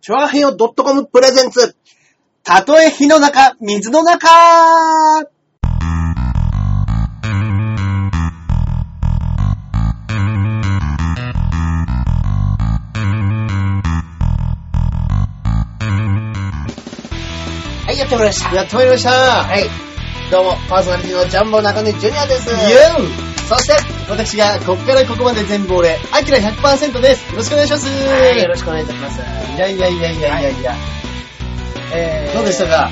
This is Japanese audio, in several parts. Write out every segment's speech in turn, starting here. チョアヘヨ .com プレゼンツ。たとえ火の中、水の中はい、やってもらいました。やってまいりましたはい。どうも、パーソナリティのジャンボ中根ジュニアです。イエーイそして、私が、こっからここまで全部俺、アキラ100%です。よろしくお願いします。はい、よろしくお願いいたします。いやいやいやいやいやいや。えどうでしたか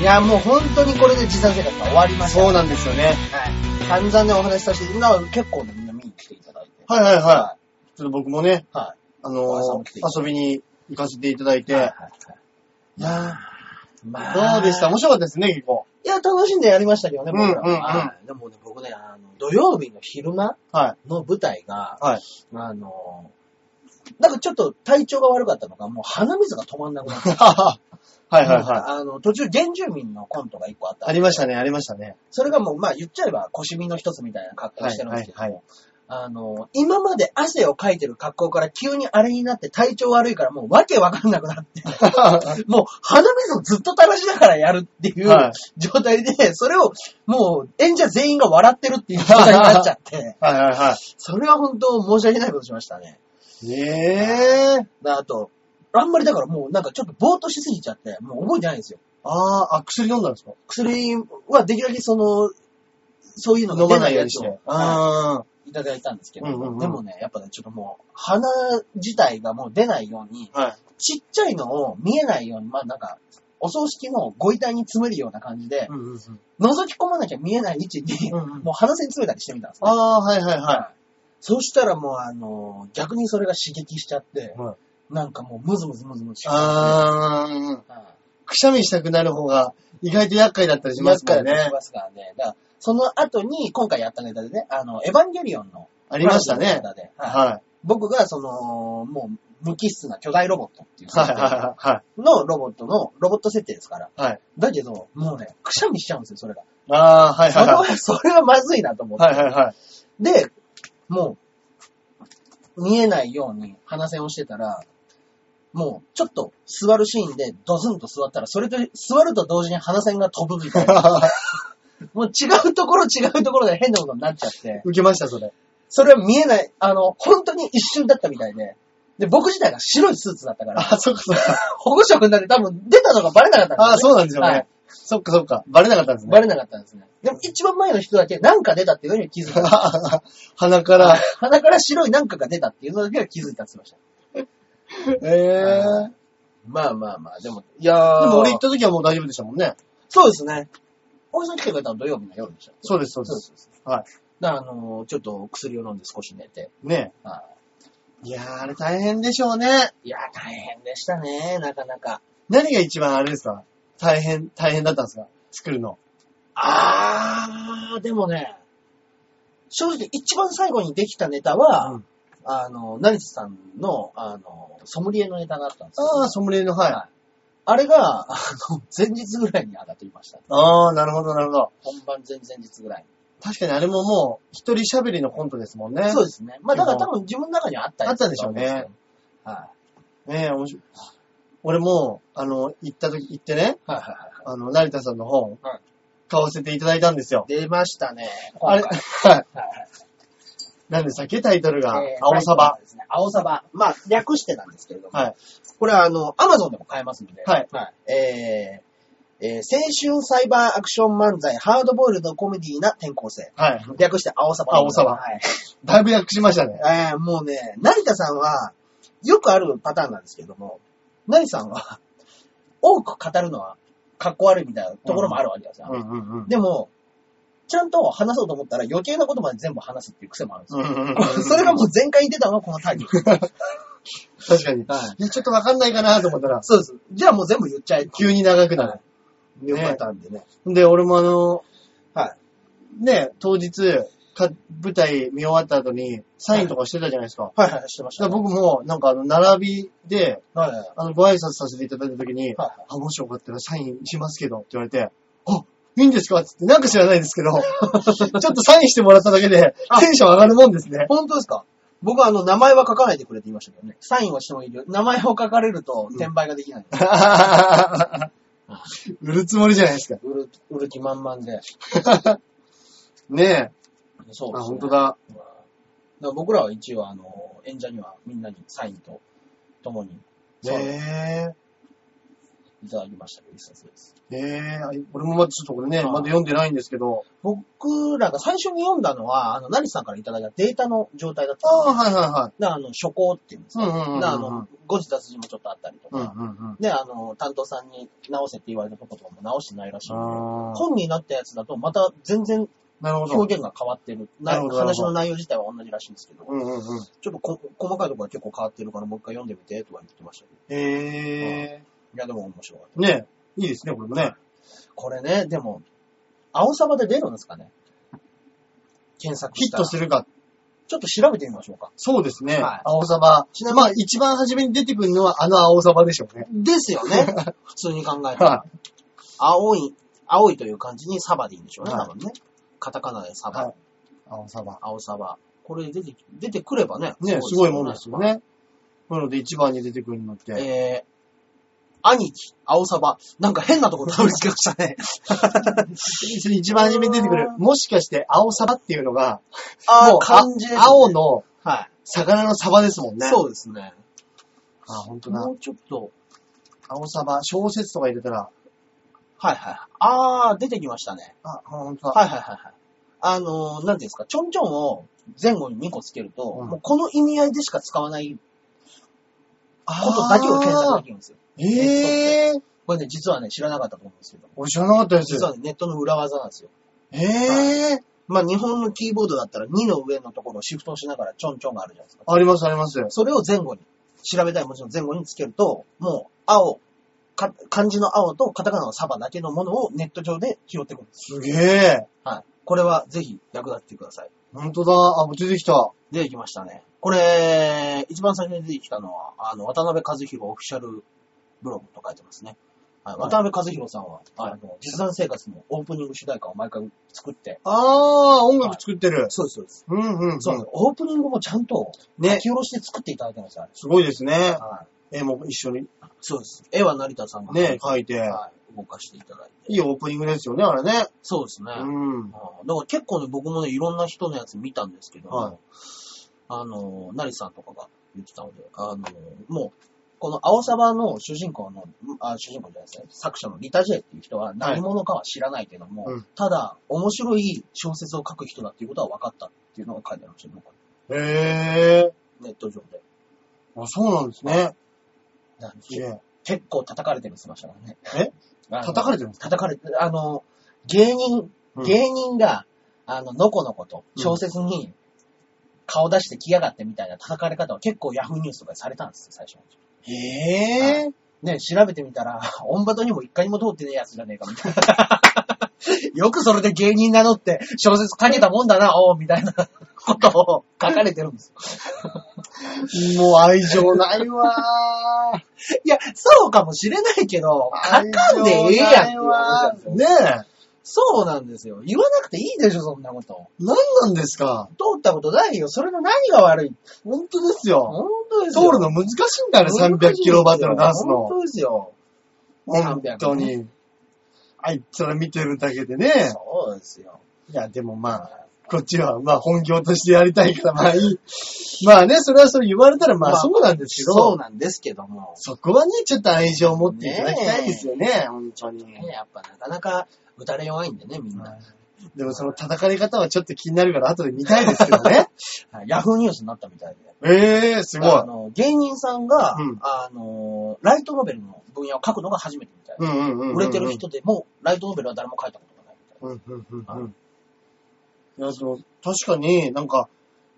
いや、もう本当にこれで時短生活が終わりました。そうなんですよね。はい。散々ね、お話しさせて、今は結構ね、みんな見に来ていただいて。はいはいはい。ちょっと僕もね、はあお母さんのも来ていただいてー、遊びに行かせていただいい。て、はいいやまーどうでした面白かったですね、結構。いや、楽しんでやりましたけどね、僕らうは。んうんうんはいでもね、僕ね、あの、土曜日の昼間はの舞台が、 い。はい。あの、なんかちょっと体調が悪かったのか、もう鼻水が止まんなくなって。はいはいはい。あの、途中、原住民のコントが一個あっ た。ありましたね、ありました ね。それがもう、まあ言っちゃえば、腰身の一つみたいな格好してるんですけど、はいはいはいあの、今まで汗をかいてる格好から急にあれになって体調悪いからもうわけわかんなくなって、もう鼻水をずっと垂らしながらやるっていうはい状態で、それをもう演者全員が笑ってるっていう状態になっちゃって、はいはいはそれは本当申し訳ないことしましたね。い。ねえ。であと、あんまりだからもうなんかちょっとぼーっとしすぎちゃって、もう覚えてないんですよ。あー、あ、薬飲んだんですか薬はできるだけその、そういうのが飲出まなないいようやにつしてを。。はいあいただいたんですけど、うんうんうんでもね、やっぱね、ちょっともう、鼻自体がもう出ないように、ー。はい。ちっちゃいのを見えないように、まあなんか、お葬式のご遺体に詰めるような感じで、うんうんうん。覗き込まなきゃ見えない位置に、うんうんもう鼻線詰めたりしてみたんですね。あー、はいはいはそしたらもう、あの、逆にそれが刺激しちゃってい。、はい、なんかもうムズムズムズムズしちゃって。あー、はいくしゃみしたくなる方が意外と厄介だったりしますから厄介だったねりし。ますからね。だから、その後に、今回やったネタでね、あの、エヴァンゲリオンの、ありましたねプラ。ザのネタではいは僕が、その、もう、無機質な巨大ロボットっていうい。設はい定はいはのロボットの、ロボット設定ですから。い。はい。だけど、もうね、くしゃみしちゃうんですよ、それ が。あー、はいそれはいはは、それはまずいなと思って。い。はいはいはい。で、もう、見えないように鼻線をしてたら、もう、ちょっと座るシーンでドズンと座ったら、それと、座ると同時に鼻線が飛ぶみたいな。もう違うところ違うところで変なことになっちゃって、 受けました、それ。それは見えない、あの、本当に一瞬だったみたいで、で、僕自体が白いスーツだったから、あ、そっかそっか。保護色になって多分出たのがバレなかったんですよ、ね。あー、そうなんですよはねい。そっかそっか。バレなかったんですね バ。レなかったんですね。でも一番前の人だけなんか出たっていうのには気づいた。鼻から。鼻から白いなんかが出たっていうのだけは気づいたって言ってました。ええー。まあまあまあ、でも、いやででもも俺俺行っ、た時はもう大丈夫でしたもんね。そうですね。おじさん来てくれたの土曜日の夜でした。そうです、そうです。そうそうはだから、あのーちょっと薬を飲んで少し寝て。い。ねはいやー、あれ大変でしょうね。いいや、大変でしたね、なかなか。何が一番あれですか大変、大変だったんですか作るの。あー、でもね、正直一番最後にできたネタは、うんあの、成瀬さんの、あの、ソムリエのネタがあったんですよ。あー、ソムリエの、はい。はいあれが、あの、前日ぐらいに上がっていました。あー、なるほど、なるほど。本番前々日ぐらいに。確かにあれももう、一人喋りのコントですもんね。そううですね。まあだから多分自分の中にはあったやつだと思うんすけどあったんで。はねえ、面白い。俺も、あの、行った時、行ってね、い。はいはいはあの、成田さんの本、はい買わせていただいたんですよ。い。出ましたね。あれ、今はい。回はいなんでしたっけタイトルがはいえ、ー青サバ。。ですね青サバ。まあ略してなんですけれども。はい。これはあの、アマゾンでも買えますので。はい。えー、えー青春サイバーアクション漫才、ハードボイルドコメディな転校生。はい。略して青サバ。青サバはい。だいぶ訳しましたね。えー、もうね、成田さんは、よくあるパターンなんですけども、成田さんは、 多く語るのは、かっこ悪いみたいなところもあるわけですよ。うんうんうん。でも、ちゃんと話そうと思ったら余計なことまで全部話すっていう癖もあるんですうよ。んうん うん それがもう全開に出たのがこのタイ ミング。確かに。はいいや、ちょっとわかんないかなと思ったら、そうです。じゃあもう全部言っちゃえってい急に長くう。なはいよかったんでね。る。で、俺もあの、はね、当日、か舞台見終わった後に、サインとかしてたじゃないですか。はいはい、してましだた。から僕も、なんかあの、並びで、はいはいはいあの、ご挨拶させていただいた時に、はいあ、もしよかったらサインしますけど、って言われて、あ、いいんですかつって、なんか 知らないですけど、ちょっとサインしてもらっただけで、テンション上がるもんですね。本当ですか僕はあの、名前は書かないでくれって言いましたけどね。サインはしてもいいけど、名前を書かれるとん転売ができない。売るつもりじゃないですか。売る、売る気満々で。ねえ。そうです、ね。あ、本当だかだ。ら僕らは一応、あの、演者にはみんなにサインと、ともに、そうねいただきましたけど、一冊です。え。ねえ。俺もまだちょっとこれね、うんまだ読んでないんですけど。僕らが最初に読んだのは、あの、成瀬さんからいただいたデータの状態だったああ、んですよ。はいはいはい。で、あの、初稿っていうんですうんうんうんうんであの、誤字脱字もちょっとあったりとうんうか。んうん。で、あの、担当さんに直せって言われたこととかも直してないらしいんで。あー本になったやつだと、また全然なるほど。表現が変わってる。なるほど話の内容自体は同じらしいんですけど、うんうんうん。ちょっとこ細かいところは結構変わってるから、もう一回読んでみて、とは言ってましたけど。へえ。いや、でも面白かっねえ。いいですね、これもね。た。これね、でも、青サバで出るんですかね検索ヒッしたトら。するか。ちょっと調べてみましょうか。そうですね。はい青サバ。ちなみにまあ、一番初めに出てくるのはあの青サバでしょうね。ですよ ね。普通に考えたらは。青い、青いという感じにサバでいいんでしょうね、はい多分ね。カタカナでサはバい、青サバ。青サバ。これ出て、出てくればね。ね、すごいもんですよ。ね。なので一番に出てくるのって。えー、兄貴、青サバ。なんか変なとこ食べつけましたね。一番初めに出てくる。もしかして青サバっていうのが、あもうあ、漢字です、ね。青。のは魚のサバですもんい。ね。う。そうですね。あ、本当だも。うちょっと。青サバ、小説とか入れたら、はいはい。ああ、出てきましたね。あ、本当だ。はいはいはいはい。あのー、なんていうんですか、ちょんちょんを前後に2個つけると、うんもうこの意味合いでしか使わないあことだけを検索できるんですよ。ーええー。これね、実はね、知らなかったと思うんですけど。俺知らなかったです。実はね、ネットの裏技なんですよ。ええー。まあ、日本のキーボードだったら2の上のところをシフトしながらちょんちょんがあるじゃないですか。ありますあります。それを前後に、調べたい文字の前後につけると、もう、青、か漢字の青とカタカナのサバだけのものをネット上で拾ってくるんです。すげえ。はい。これはぜひ役立ってください。本当だ。あ、出てきた。出てきましたね。これ、一番最初に出てきたのは、あの、渡辺和弘オフィシャルブログと書いてますね。はい、はい渡辺和弘さんは、はいあの、実弾生活のオープニング主題歌を毎回作って、あー、音楽作ってる。そうです、そうです。うんうん、うん。そうなんです。オープニングもちゃんと、ね書き下ろしで作っていただいてます、あれ。すごいですね。はい。絵も一緒にそうです。絵は成田さんがね、描いて。はい、動かしていただいて。いいオープニングですよね、あれね。そうですね。うあん。ーだから結構ね、僕もね、いろんな人のやつ見たんですけど、はいあのー、成さんとかが言ってたので、あのー、もう、この青サバの主人公の、あ、主人公じゃないですね、作者のリタジェっていう人は何者かは知らないけども、うんただ、面白い小説を書く人だっていうことは分かったっていうのが書いてありましたね、へえ。ネット上で。あ、そうなんですね。なんですげえ。結構叩かれてるって言ってましたからね。え叩かれてるんですか叩かれて、あの、芸人、うん芸人が、あの、のこのこと、うん小説に顔出してきやがってみたいな叩かれ方を結構ヤフーニュースとかでされたんですよ、最初のうちへえ。ね、調べてみたら、 オンバトにも一回も通ってねえやつじゃねえか、みたいな。 よくそれで芸人名乗って小説書けたもんだな、おう、みたいな ことを書かれてるんですよ。もう愛情ないわー。いや、そうかもしれないけど、書かんでええやんっていう話なんですよねえ。そうなんですよ。言わなくていいでしょ、そんなこと。何なんですか通ったことないよ。それの何が悪い本当ですよ。本当です通よ。るの難しいんだよ、あれ300キロバトル出すの本。当ですよ。本当300ね。に。あいつら見てるだけでね。そうですよ。いや、でもまあ、こっちは、まあ本業としてやりたいから、まあいい。まあね、それはそれ言われたらままああそうなんですけど、そうなんですけども。そこはね、ちょっと愛情を持っていただきたいですよね、本当に。ね、やっぱなかなか打たれ弱いんでね、みんな。でもその叩かれ方はちょっと気になるから後で見たいですけど ね。はいヤフーニュースになったみたいで。ええー、すごいあ。の、芸人さんが、うんあの、ライトノベルの分野を書くのが初めてみたいでうんうんうんうんうん売れてる人でも、ライトノベルは誰も書いたことがないみたいうんうんうんはういん。いや、そう、確かになんか、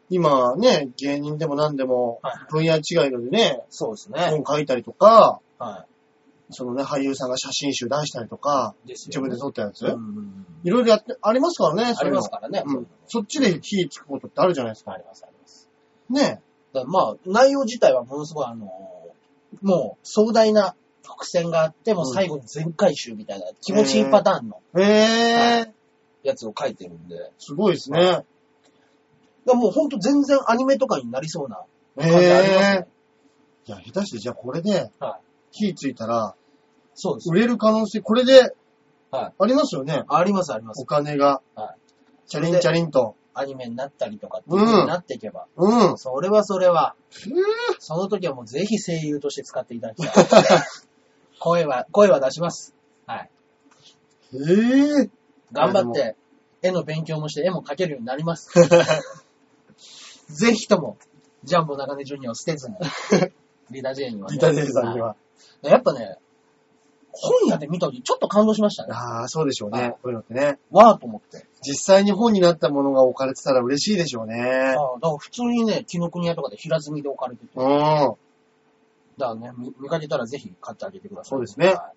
今ね、芸人でも何でもな。は分い。野違いのでね、そうですね。本書いたりとか、はそのね、俳優さんが写真集出したりとか、い。です自よ分ね、で撮ったやつ、うんうんうんいろいろやって、ありますからね、あそういりうのますからね。うんそっちで火つくことってあるじゃないですかあ。ります、あります。ねだからまあ、内容自体はものすごい、あのーもう壮大な伏線があって、もう最後に全回収みたいな気持ちいいパターンのえ。へえ、やつを書いてるんで、すごいですね。らもうほんと全然アニメとかになりそうなえ感じありますね。いや、下手して、じゃあこれでは、火ついたら、そうです。売れる可能性、これで、はありますよね。ありますありますお。金がは。チャリンチャリンと。アニメになったりとかっていう風になっていけば。うん。それはそれは。その時はもうぜひ声優として使っていただきたい。 声は、声は出します。はい。ええ頑張っいやて、絵の勉強もして絵も描けるようにな ります。ぜひとも、ジャンボ中根ジュニアを捨てずに、リタジェイには、ね。ギターさんには。はい。やっぱね、本屋で見た時ちょっと感動しましたね。ああ、そうでしょうはねい。こういうのってね。わーと思って。実際に本になったものが置かれてたら嬉しいでしょうね。ああ、だから普通にね、紀ノ国屋とかで平積みで置かれてて。だうん。からね、見見かけたらぜひ買ってあげてください。そうですねはい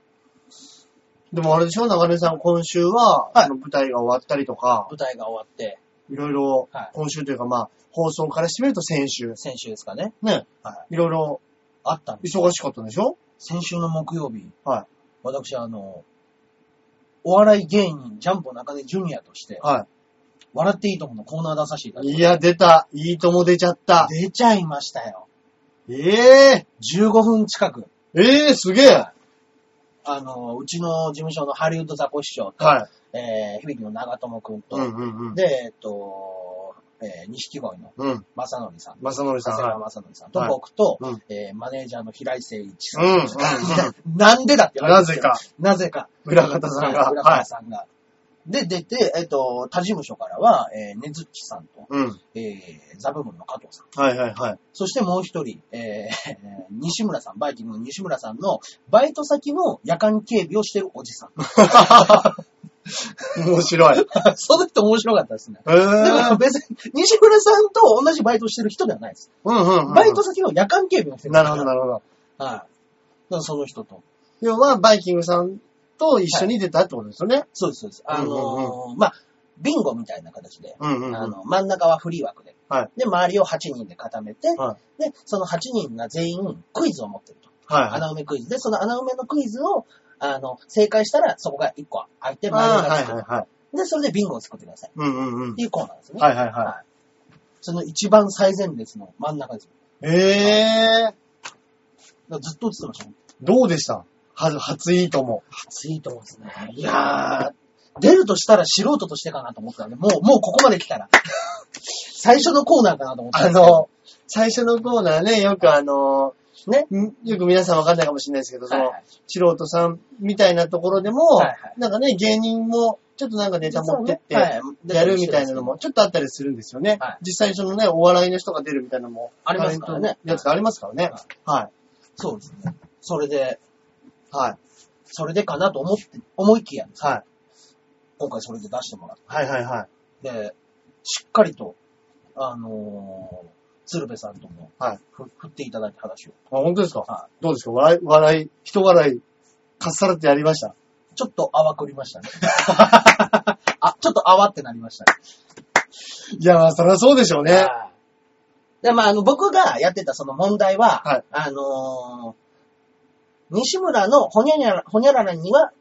でもあれでしょ長根さん、今週は、はいその舞台が終わったりとか、舞台が終わって、いろいろはい、今週というかまあ、放送からしてみると先週、先週ですかね。ね、はいろいろあったんです。忙しかったんでしょ先週の木曜日、はい私、あの、お笑い芸人、ジャンボ中根ジュニアとして、は笑っていいとものコーナー出させていただい。いいや、出た。いいとも出ちゃった。て、出ちゃいましたよ。ええ15分近く、ええすげえ。あの、うちの事務所のハリウッドザコ師匠と、はい。えー、響の長友くんと、うんうんうん。で、えっと、えー、錦鯉のうん。正則さん、まさのりさん。長谷は川い正則さんと、はい僕と、うんえー、マネージャーの平井誠一さ。うんんうんうん。なんでだって言わなれるんでぜすよか、なぜか。裏方さんが。はい浦は川い。さんが。で、出て、えっ、と、他事務所からは、えー、ねずっちさんと、うん。えー、ザブムンの加藤さん。はいはいはい。そしてもう一人、えー、 西村さん、バイキングの西村さんの、バイト先の夜間警備をしてるおじさん。 面白い。その人面白かったですね。ええだから別に、西村さんと同じバイトしてる人ではないです。うんうんうんうん。バイト先の夜間警備の人なるほどなるほど。ど。はい。だからその人と。要は、バイキングさんと一緒に出たってことですよね。そうです、そうです。あのうんーまあ、ビンゴみたいな形で、うんうんうん。あの、真ん中はフリー枠で。はいで、周りを8人で固めて、はで、その8人が全員クイズを持ってると。はいはい。穴埋めクイズで、その穴埋めのクイズを、あの、正解したらそこが1個空いて、あ周ーりがはいつく、はいはい。で、それでビンゴを作ってください。うんうんうんって。いうコーナーですね。はいはいははいその一番最前列の真ん中です。い。ええだからずっと映ってましたね。どうでしたは初いいとも。熱いと思うんですね。いやー、出るとしたら素人としてかなと思ってたんで、もう、もうここまで来たら。 最初のコーナーかなと思ってたあんですけどの、最初のコーナーね、よくあの、ね。んよく皆さんわかんないかもしれないですけど、そはいのはい、素人さんみたいなところでもはいは、なんかね、芸人も、ちょっとなんかネタ持ってっ実はねては、いやるみたいなのも、ちょっとあったりするんですよねはい。実際そのね、お笑いの人が出るみたいなのも、ありますからねタレントのやつがありますからね。はそうですね。それで、い。はい。それでかなと思って、思いきや、はい。今回それで出してもらっはいはいはい。て、で、しっかりと、あのー、鶴瓶さんとも、はいふ振っていただいた話を。あ、本当ですかはどうですか笑い、笑い、人笑い、かっさらってやりました。ちょっと淡くりました ね。あ、ちょっと淡ってなりましたいや、まあ、そりゃそうでしょうね。ね。はいで、まあ、あの、僕がやってたその問題は、はいあのー、西村のほにゃにゃら、ほにゃららには、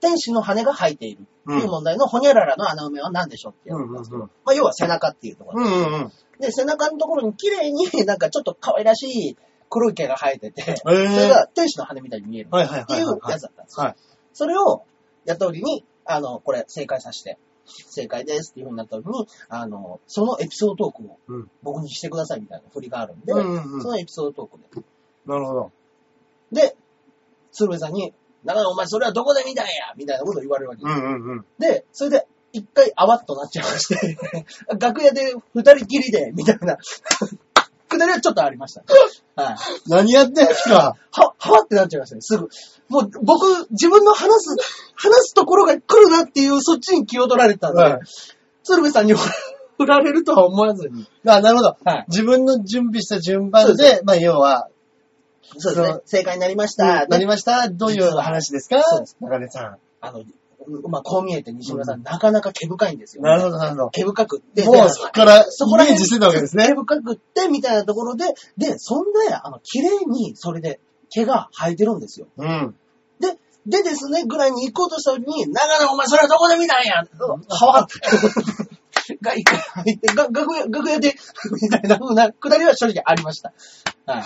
天使の羽が生えている。うっていう問題の、ほにゃららの穴埋めは何でしょうっていうう。んうんうん。まあ、要は背中っていうところ。うんうんうん。で、背中のところに綺麗になんかちょっと可愛らしい黒い毛が生えてて、そえれえが天使の羽みたいに見えるはいはいってはいいうはいはやい。つだったんですよ。はい。それをやった時に、あの、これ正解させて、正解ですっていう風になった時に、あの、そのエピソードトークをうん僕にしてくださいみたいな振りがあるんで、うんうんうんそ。のエピソードトークなるほど。で。で、鶴瓶さんに、長野お前それはどこで見たんやみたいなことを言われるわけですうんうんうん。で、それで、一回、あわっとなっちゃいまして、 楽屋で二人きりで、みたいな、 くだりはちょっとありました、ね。はい。何やってんすかは、はわってなっちゃいましたね、すぐ。もう、僕、自分の話す、話すところが来るなっていう、そっちに気を取られたんで、はい鶴瓶さんに 振られるとは思わずに。 あ、なるほど。はい。自分の準備した順番そうでで、まあ、要は、そうですそねう。正解になりました。なねりました。どういう話ですかそうです中根さあの、うまあ、こう見えて西村さん、なかなか毛深いんですん。よ、なるほど、なるほ毛深くって。ど。もう、でそこから、イそこらメー辺ジしてたわけですね。深くって、みたいなところで、で、そんで、あの、綺麗に、それで、毛が生えてるんですよ。うん。で、でです ね、ぐらいに行こうとした時に、長野、お前それはどこで見たんやはわが一回入って、が楽屋、楽屋で、みたいな風なくだりは正直ありました。はい。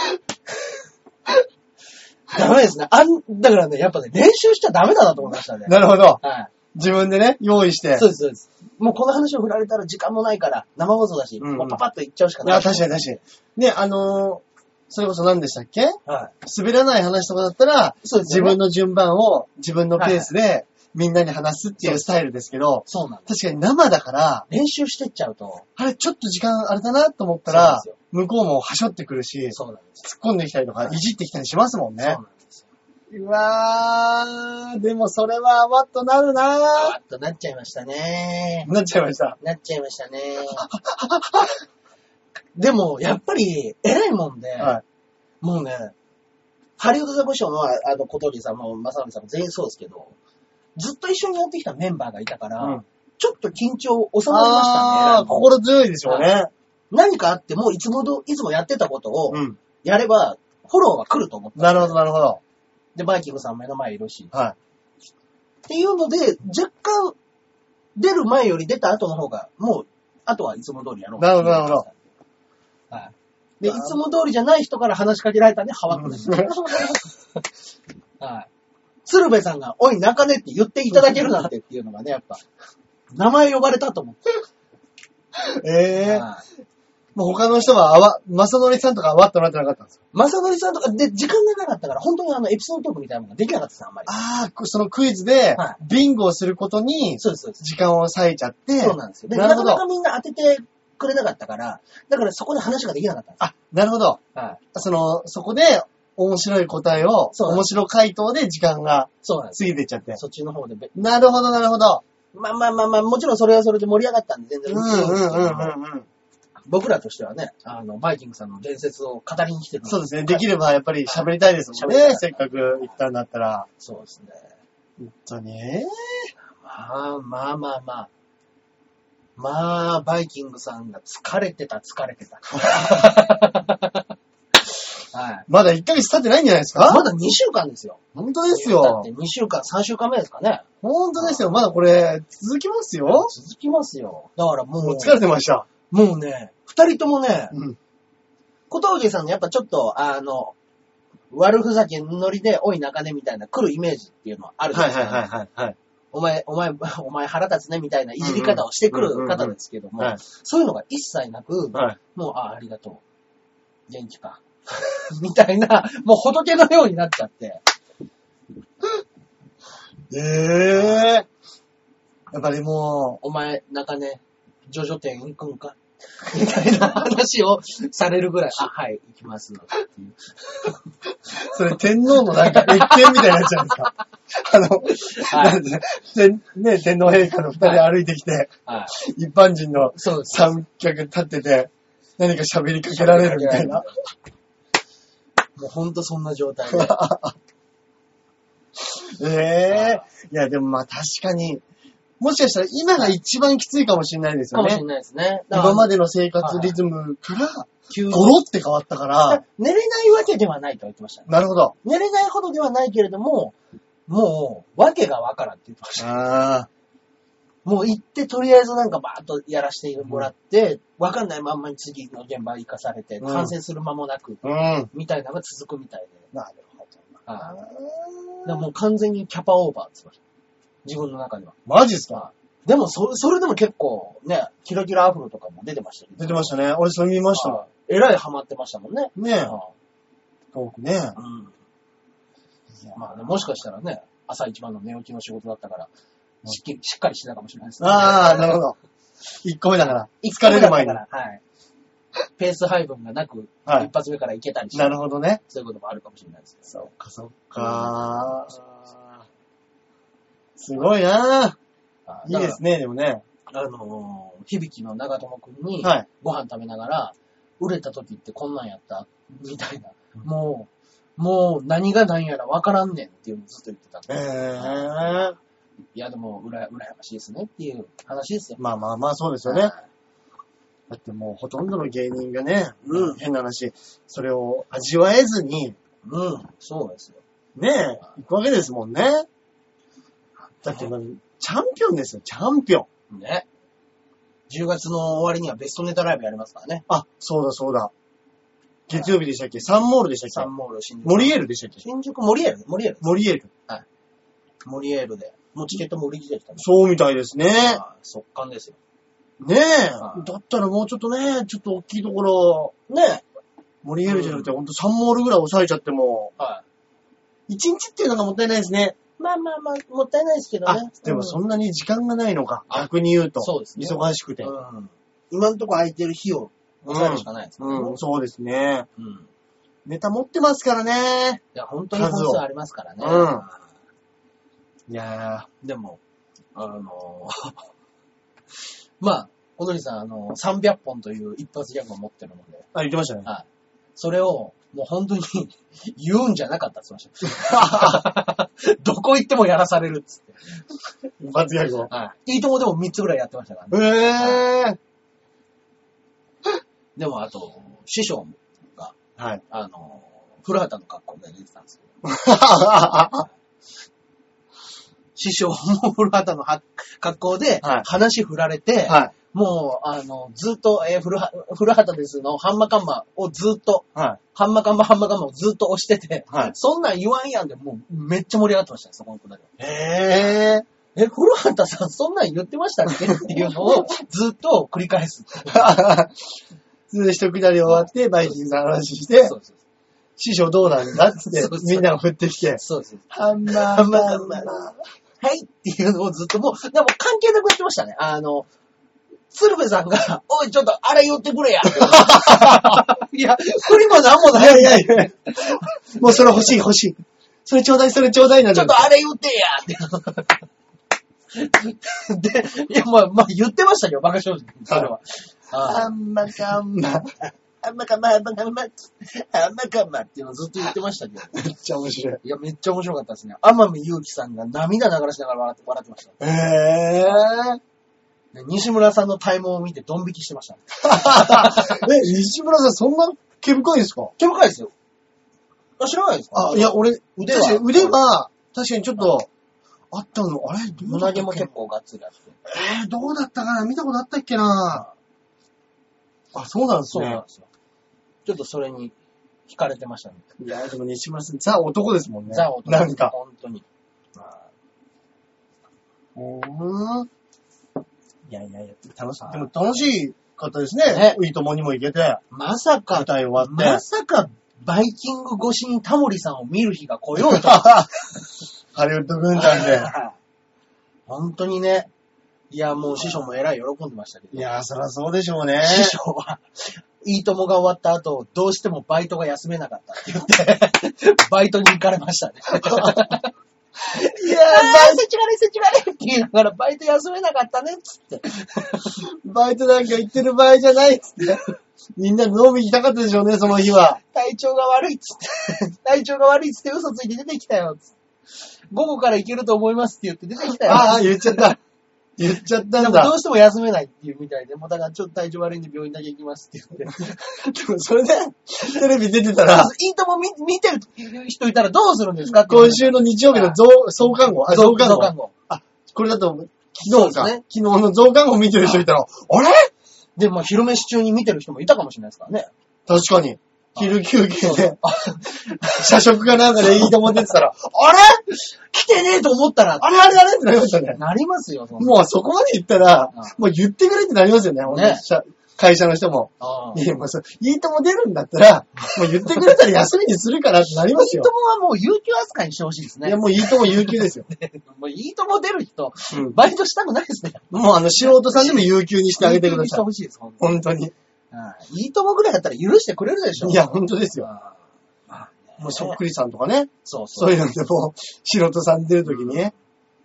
ダメですね。あん、だからね、やっぱね、練習しちゃダメだなと思いましたね。なるほど。は自分でね、用意しい。て。そうです、そうです。もうこの話を振られたら時間もないから、生放送だし、うんうんもうパパッと行っちゃうしかない。あ、確かに確かに。ね、あのーそれこそ何でしたっけはい。滑らない話とかだったら、そうで自すよね分の順番を自分のペースでみんなに話すっていうスタイルですけど、そうなんです。確かに生だから、練習してっちゃうと、あれちょっと時間あれだなと思ったらそうなんで、向こうもはしょってくるし、突っそうなんです。込んできたりとか、いじってきたりしますもんそうなねん。ですよ。うわー、でもそれは甘っとなるあなーっとなっちゃいましたねー。。なっちゃいました。なっちゃいましたね。 でも、やっぱり、偉いもんで、はもうね、ハリウッドザコショウの、ああの、小鳥さんも、正則さんも全員そうですけど、ずっと一緒にやってきたメンバーがいたから、うんちょっと緊張収まりましたあねー、。心強いでしょうね。何かあっても、いつもど、いつもやってたことをう、ん。やれば、フォローは来ると思って。なるほど、なるほど。で、バイキングさんも目の前いるし。っはていうので、若干、出る前より出た後の方が、もう、あとはいつも通りやろう。なるほどなるほど。はい。で、いつも通りじゃない人から話しかけられたんで、ハワってなりました。 はい。鶴瓶さんが、おい、中根って言っていただけるなんてっていうのがね、やっぱ、名前呼ばれたと思って。い。えー、はいもう他の人はあわ、まさのりさんとかあわっとなってなかったんですかまさのりさんとか、で、時間がなかったから、本当にあの、エピソードトークみたいなのができなかったです、あんまり。ああ、こそのクイズでは、ビンゴをすることに、そうです、そうです。時間を割いちゃって、そうなんですよ。で、ななるかほなかど。みんな当ててくれなかったから、だからそこで話ができなかったんであ、なるほど。す。はい。その、そこで、面白い答えを、そうなん面で白回答で時間がそうなんです。過ぎていっちゃって。そっちの方でべ、なるほど、なるほど。まあまあまあまあ、もちろんそれはそれで盛り上がったんでう全然んう嬉んしいんですけうんどもうんうん。僕らとしてはね、あの、バイキングさんの伝説を語りに来てるそうですね。はいできればやっぱり喋りたいですもん喋りたね。いせっかく行ったんだったら。そうですね。本当に。まあまあまあまあ。まあ、バイキングさんが疲れてた、疲れ てた。はい。まだ1ヶ月経ってないんじゃないですかまだ2週間ですよ。本当ですだっよて。2週間、3週間目ですかね。本当ですよ。まだこれ、続きますよ。続きますよ。だからもう、もう疲れてました。もうね、二人ともね、うん。小峠さんのやっぱちょっと、あの、悪ふざけのノリで、おい中根みたいな来るイメージっていうのはあるじゃなはいいですはかいはいはいはい。お前、お前、お前腹立つねみたいないじり方をしてくる方ですけどうんうんうんうんうんはもい、そういうのが一切なく、はい。もう、ああ、ありがとう。元気か。 みたいな、もう仏のようになっちゃって。ええやっぱりもお前、中根、ジョジョ店行くんかみたいな話をされるぐらい、あ、はい、行きますのでっていうう、それ天皇のなんか立憲みたいになっちゃうんですか あの、はないんで天ね、天皇陛下の二人歩いてきて、はい。一般人のそうです。三脚立ってて、何か喋りかけられるみたいな。 もうほんとそんな状態で。ええいや、でもまあ確かに、もしかしたら今が一番きついかもしれないですかよもしれね。ないですね。だから今までの生活リズムから、急ゴにロって変わったから、寝れないわけではないとは言ってましたね。なるほ ど。寝れないほどではないけれども、もう、わけがわからんって言ってました。ああ、もう行って、とりあえずなんかバーッとやらせてもらって、わかんないまんまに次の現場行かされて、うん完成する間もなく、うん。みたいなのが続くみたいで。なるほど。はいだからもう完全にキャパオーバーって言ってました。自分の中では。マジっすかでもそ、それでも結構ね、キラキラアフロとかも出てましたけど。出てましたね。俺それ見ましたもんはいえらいハマってましたもんね。ねえ、は遠くね。いうんまあね、もしかしたらね、朝一番の寝起きの仕事だったから、しっきりしっかりしてたかもしれないですね。ああ、なるほど。1個目だから。一疲れる前に発目だったからはい。ペース配分がなく、はい一発目からいけたりして、なるほどね。そういうこともあるかもしれないですけど。そっかそっか。すごいなあいいですね、でもね。だからあのー響の長友くんに、はい。ご飯食べながら、売れた時ってこんなんやったみたいな。うんもう、もう何が何やらわからんねんっていうのをずっと言ってたんえで。ー、いや、でも、うらや、羨ましいですねっていう話ですよ。まあまあまあ、そうですよね。はいだってもうほとんどの芸人がね、うん変な話、それを味わえずに、うん、そうですよ。ねえ、行くわけですもんね。だって、チャンピオンですよ、チャンピオン。ね。 10月の終わりにはベストネタライブやりますからね。あ、そうだそうだ。月曜日でしたっけサンモールでしたサっけンモール新宿。モリエールでしたっけ新宿、モリエールモリエールモリエール。モリエールで。もうチケットも売り切れてたんで。そうみたいですね。はい速乾ですよ。ねえは。いだったらもうちょっとね、ちょっと大きいところ、ねモリエールじゃなくて、ほんとサンモールぐらい抑えちゃっても、は1日っていうのがもったいないですね。い。まあまあまあ、もったいないですけどあね。、でもそうんなに時間がないのか。あ逆に言うと。そうですね忙しくて。ん、うん今のところ空いてる日を抑えるしかないですね。うん、そうですね。うん。いネタ持ってますからね。や、本当に本数ありますからね。数をうんいやでも、あの ーまあ、小鳥さん、あのー、300本という一発ギャグを持ってるので、あ、言ってましたね。はい。それを、もう本当に 言うんじゃなかったって言ってま した。どこ行ってもやらされるっつって。一発ギャグを。はい。いいともでも3つぐらいやってましたからね。ええでも、あと、師匠も、ー。はい。あのー、古畑の格好で出てたんですけど、師匠も古畑のは格好ではい、話振られて、はい。もう、あの、ずっと、えー、古は古畑ですの、ハンマカンマをずっと、はハンマカンマ、ハンマカンマをずっと押してて、はいそんなん言わんやんで、もう、めっちゃ盛り上がってましたね、そこのくだりは。い。えええ、古畑さん、そんなん言ってました っけっていうのを、ずっと繰り返す。ー。普 通で一くだり終わって、バイキンさんの話してそ、うです。師匠どうなんだっつってそうそう、みんなが振ってきて、そうです。ハンマハーンママンカンママン。はいっていうのをずっともう、でも関係なくやってましたね。あの、鶴瓶さんが、おい、ちょっと、あれ言ってくれや。 いや、振りもなんもない。いやいやいや。もうそれ欲しい欲しい。それちょうだい、それちょうだいなんちだょっとあれ言ってや って。で、いや、まあ、まあ、言ってましたけど、バカ正直。それは。ハあンマーマンマン。んまかま、あんまかま、あんまかまっていうのをずっと言ってましたけど。めっちゃ面白い。いや、めっちゃ面白かったですね。天海祐希さんが涙流しながら笑って笑ってました。ええー。で西村さんの体毛を見てドン引きしてました。え、西村さんそんな毛深いんですか毛深いですよ。あ知らないですかあ、いや、俺、腕確はかに腕は、確かにちょっと、あったの、あれどうだった胸毛っもけ結構がっつりあって。えー、どうだったかな見たことあったっけなあ、そうなんですそうなねん。ですよ。ちょっとそれに惹かれてましたね。いや、でも西村さん、ザ男ですもんね。ザオとなんか。本当に。うーん。いやいやいや、楽しかっでたも楽しかったですねね。いいともにも行けて、まさ舞か、台終わって。まさか、バイキング越しにタモリさんを見る日が来よう とは。 ハリウッド軍団で。本当にね。いや、もう師匠もえらい喜んでましたけ ど。いやー、そりゃそうでしょう ね。師匠は、いいともが終わった後、どうしてもバイトが休めなかったって 言って、バイトに行かれましたね。いやー、せちがれせちがれって言いながら、バイト休めなかったねっつって。バイトなんか行ってる場合じゃないっつ って。みんなで飲み行きたかったでしょうね、その日は。体調が悪いっつ って、体調が悪いっつって嘘ついて出てきたよっつって。午後から行けると思いますって言って出てきたよ。ああ、言っちゃった。言っちゃったでんもどだ。うしても休めないっていうみたいで、もうだからちょっと体調悪いんで病院だけ行きますって言って。 でもそれで、テレビ出てたら、いいとも見見てる人いたらどうするんですかっていう今週の日曜日の増総看護、あ、増看増護。刊号。これだと、昨日そか、うです昨ね日の増刊号見てる人いたら、あれで、まあ昼飯中に見てる人もいたかもしれないですからね。確かに。昼休憩そうで、あ社食かなんかでいいとも出てたら、あれ 来てねえと思ったら、あれあれあれってなりましたね。なりますよ、そんなもうそこまで行ったらうん、もう言ってくれってなりますよね、本当に社会社の人も。ああいや、もうそう、いいとも出るんだったら、もう言ってくれたら休みにするからってなりますいいよと。もはもう有給扱いにしてほしいですいね。や、もういいとも有給ですよ。もういいとも出る人、うんバイトしたくないですね。もうあの、素人さんでも有給にしてあげてください有給にして。ほしいです、ほんと本当に。うんいいともぐらいだったら許してくれるでしょ。いや、本当ですよ。ああ、まあねもうそっくりさんとかね。そうそそ。うういうのでもう、素人さん出るときにね。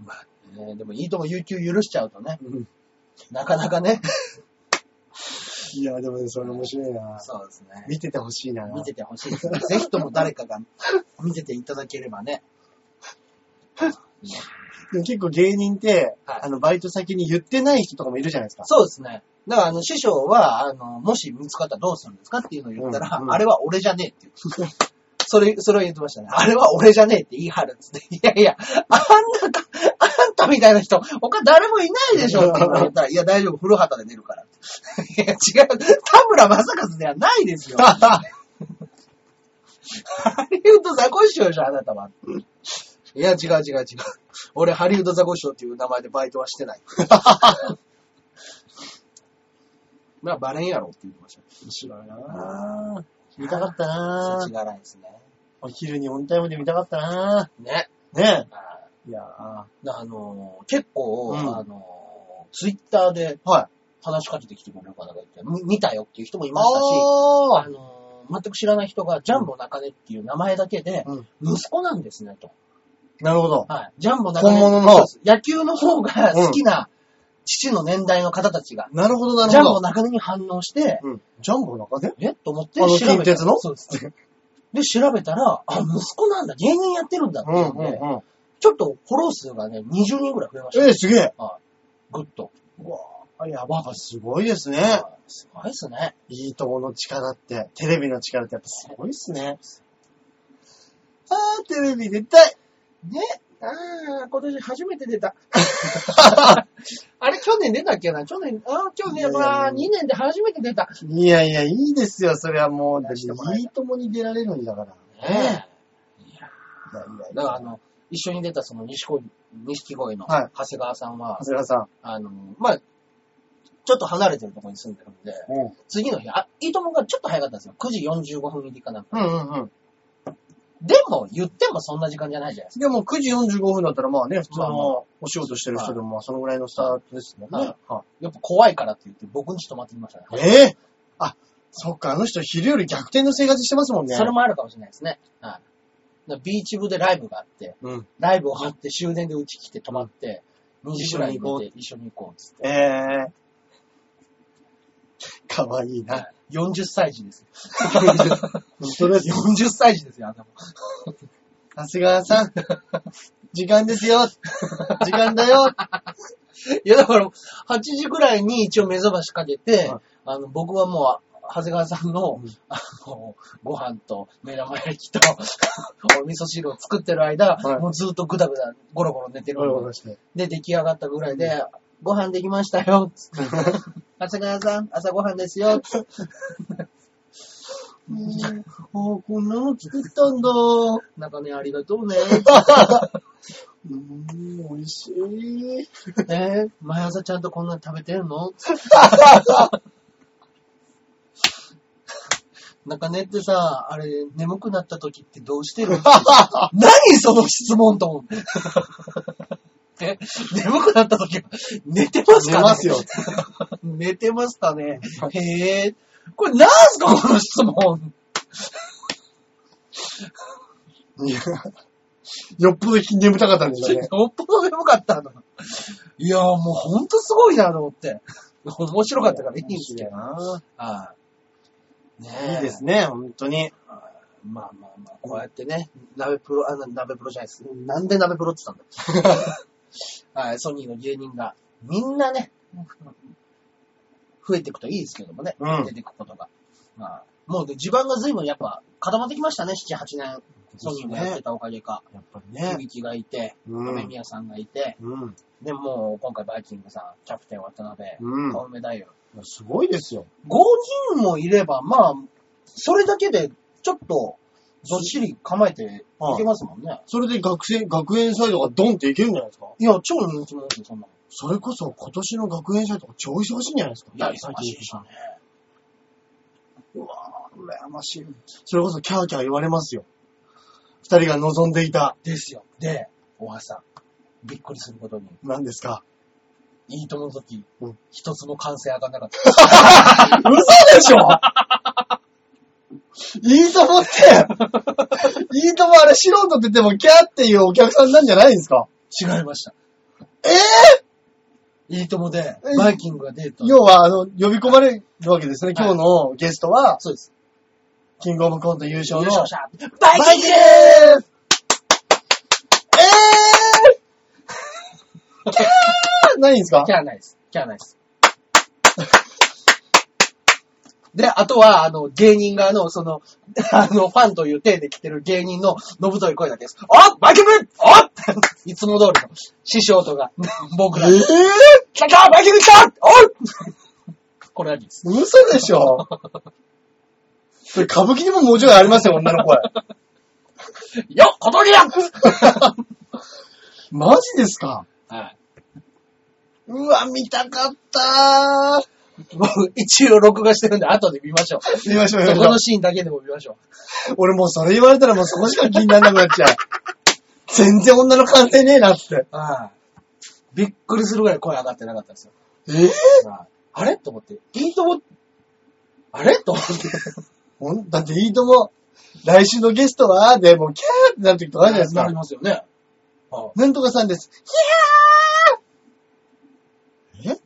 まあねでもいいとも有給許しちゃうとね、うんなかなかね。いや、でもね、それ面白いなそうですね。見ててほしいな見ててほしいですね。 ぜひとも誰かが見てていただければね。でも結構芸人って、はいあの、バイト先に言ってない人とかもいるじゃないですか。そうですね。だから、あの、師匠は、あの、もし見つかったらどうするんですかっていうのを言ったら、うんうんあれは俺じゃねえっていう。それ、それを言ってましたね。あれは俺じゃねえって言い張るっつって。いやいや、あんなか、あんたみたいな人、他誰もいないでしょって言ったら、いや大丈夫、古畑で出るから。いや違う、田村正和ではないですよ。ハリウッドザコシショウじゃん、あなたは。いや、違う違う違う。俺、ハリウッドザコシショウっていう名前でバイトはしてない。まあ、バレんやろって言ってました。面白いなぁ。見たかったな世知ぁ。がないですね。お昼にオンタイムで見たかったなね。ぁ。ねあえ。いやぁ。ーあのー、結構、うんあのー、ツイッターではい。話しかけてきてくれる方がいて、み見たよっていう人もいましたし、ああのー、全く知らない人が、ジャンボ中根っていう名前だけで、ー。うん。息子なんですね、と。なるほど。はい。ジャンボ中根。本物のそうです野球の方が好きな父の年代の方たちが、なるほど、なるほど。ジャンボ中根に反応して、うん。ジャンボの中でえと思ってあの調べたら近鉄のそうです。で、調べたら、あ、息子なんだ、芸人やってるんだってうんいううんで、んちょっとフォロー数がね、20人ぐらい増えましうん。た。えー、すげえ。ぐっと。うわぁ、やばい。すごいですね。すごいっすね。いいともの力って、テレビの力ってやっぱすごいっすね。あー、テレビ出たい。ね。ああ、今年初めて出 た。あれ、去年出たっけな去年、ああ、去いやいやいや年、まあ、2年で初めて出た。いやいや、いいですよ、それはもう。だ出ってしてもらえたいいともに出られるんだから。ねえ。いやいやいやいだから、あや。の、一緒に出たその錦鯉、錦鯉のはい長谷川さんは、長谷川さん。あの、まあ、ちょっと離れてるところに住んでるんで、うん。次の日、あ、いいともがちょっと早かったんですよ。9時45分入りかな。うんうんうん。でも、言ってもそんな時間じゃないじゃないですでも9時45分だったらまあね、普通まあまのお仕事してる人でもまあそのぐらいのスタートですもんね。はいはか。やっぱ怖いからって言って、僕んち泊まってきましたね。いええあ、そっか、あの人昼より逆転の生活してますもんね。それもあるかもしれないですね。はい。だからビーチ部でライブがあって、うん。ライブを張って終電でうち来て泊まって、2時ぐらいに一緒に行こう行って一緒に行こうっつって。ええかわいいな。 40歳児 ですよ。本当です。 40歳児ですよ、あんなもん長谷川さん、 時間ですよ。時間だよ。いや、だから、8時ぐらいに一応目覚ましかけて、はいあの、僕はもう、長谷川さんの、うんあの、ご飯と目玉焼き と、お味噌汁を作ってる間、はいもうずっとぐだぐだ、ゴロゴロ寝てるわかりましたで、出来上がったぐらいで、ご飯できましたよ、つって。長谷川さん、朝ご飯ですよ、つってあーこんなの作ったんだ。う中根ありがとうね、ーん、美味しい。えー毎朝ちゃんとこんなの食べてるの中根ってさ、あれ、眠くなった時ってどうしてる何その質問 と思って。え、眠くなった時は、寝てますかね寝ますよ。 寝てますかねへえ。これ何すかこの質問。いや、よっぽど眠たかったんでしょうね。よっぽど眠かったの。いやーもうほんとすごいなと 思って。面白かったからいいんですけど。はい。ねえいいですね、本当に。まあまあまあ、こうやってね、鍋プロ、あ、な鍋プロじゃないです。なんで鍋プロって言ったんだ はい、ソニーの芸人が、みんなね、増えていくといいですけどもね、うん出ていくことが。まあ、もうね、地盤が随分やっぱ固まってきましたね、7、8年。ソニーもやってたおかげか。やっぱりね。響きがいて、うん雨宮さんがいて、うん。で、もう今回バイキングさん、キャプテン渡辺、うん小梅太夫、すごいですよ。 5人もいれば、まあ、それだけで、ちょっと、どっしり構えていけますもんね。それで学生、学園祭とかドンっていけるんじゃないですかいや、超人気者ですよ、そんなの。それこそ今年の学園祭とか超忙しいんじゃないですかいや、忙しいでしょうね。うわぁ、羨ましい。それこそキャーキャー言われますよ。二人が望んでいた、ですよ。で、大橋さん、びっくりすることに、何ですかいいともの時うん、一つも完成上がんなかった。嘘でしょいいともって、いいともあれ素人って言ってもキャーっていうお客さんなんじゃないんですか違いました。えいいともでえ、バイキングが出るぇ、と。要は、あの、呼び込まれるわけですね。今日のゲストは、そうです。キングオブコント優優勝の、勝者、バイバキイングキングえぇ、キャーないんですかキャーないです。キャーないです。 で、あとは、あの、芸人が、あの、その、 あの、ファンという体で来てる芸人の、のぶとい声だけです。おっ バケブおっいつも通りの、師匠とか、 僕ら、え来たかバケブ来たおっ これはです。嘘でしょそれ歌舞伎にももうちょいありますよ、女の声。よっ小峠だマジですか はうわ、見たかったい。僕、 一応録画してるんで、後で見ましょう。ー。見ましょう、見ましそこょうの。シーンだけでも見ましょ俺もうそれ言われたらもうそこしか気にならなくなっちゃう。全然女の感性ねえなって。う。はい。びっくりするぐらい声上がってなかったですよ。えぇ、はいあれと思って、いいとも、あれと思って。ほんだっていいとも、来週のゲストは、でもうキャーってなる時とかあるじゃなないりですか。ますよね。はなんとかさんです。キャーえ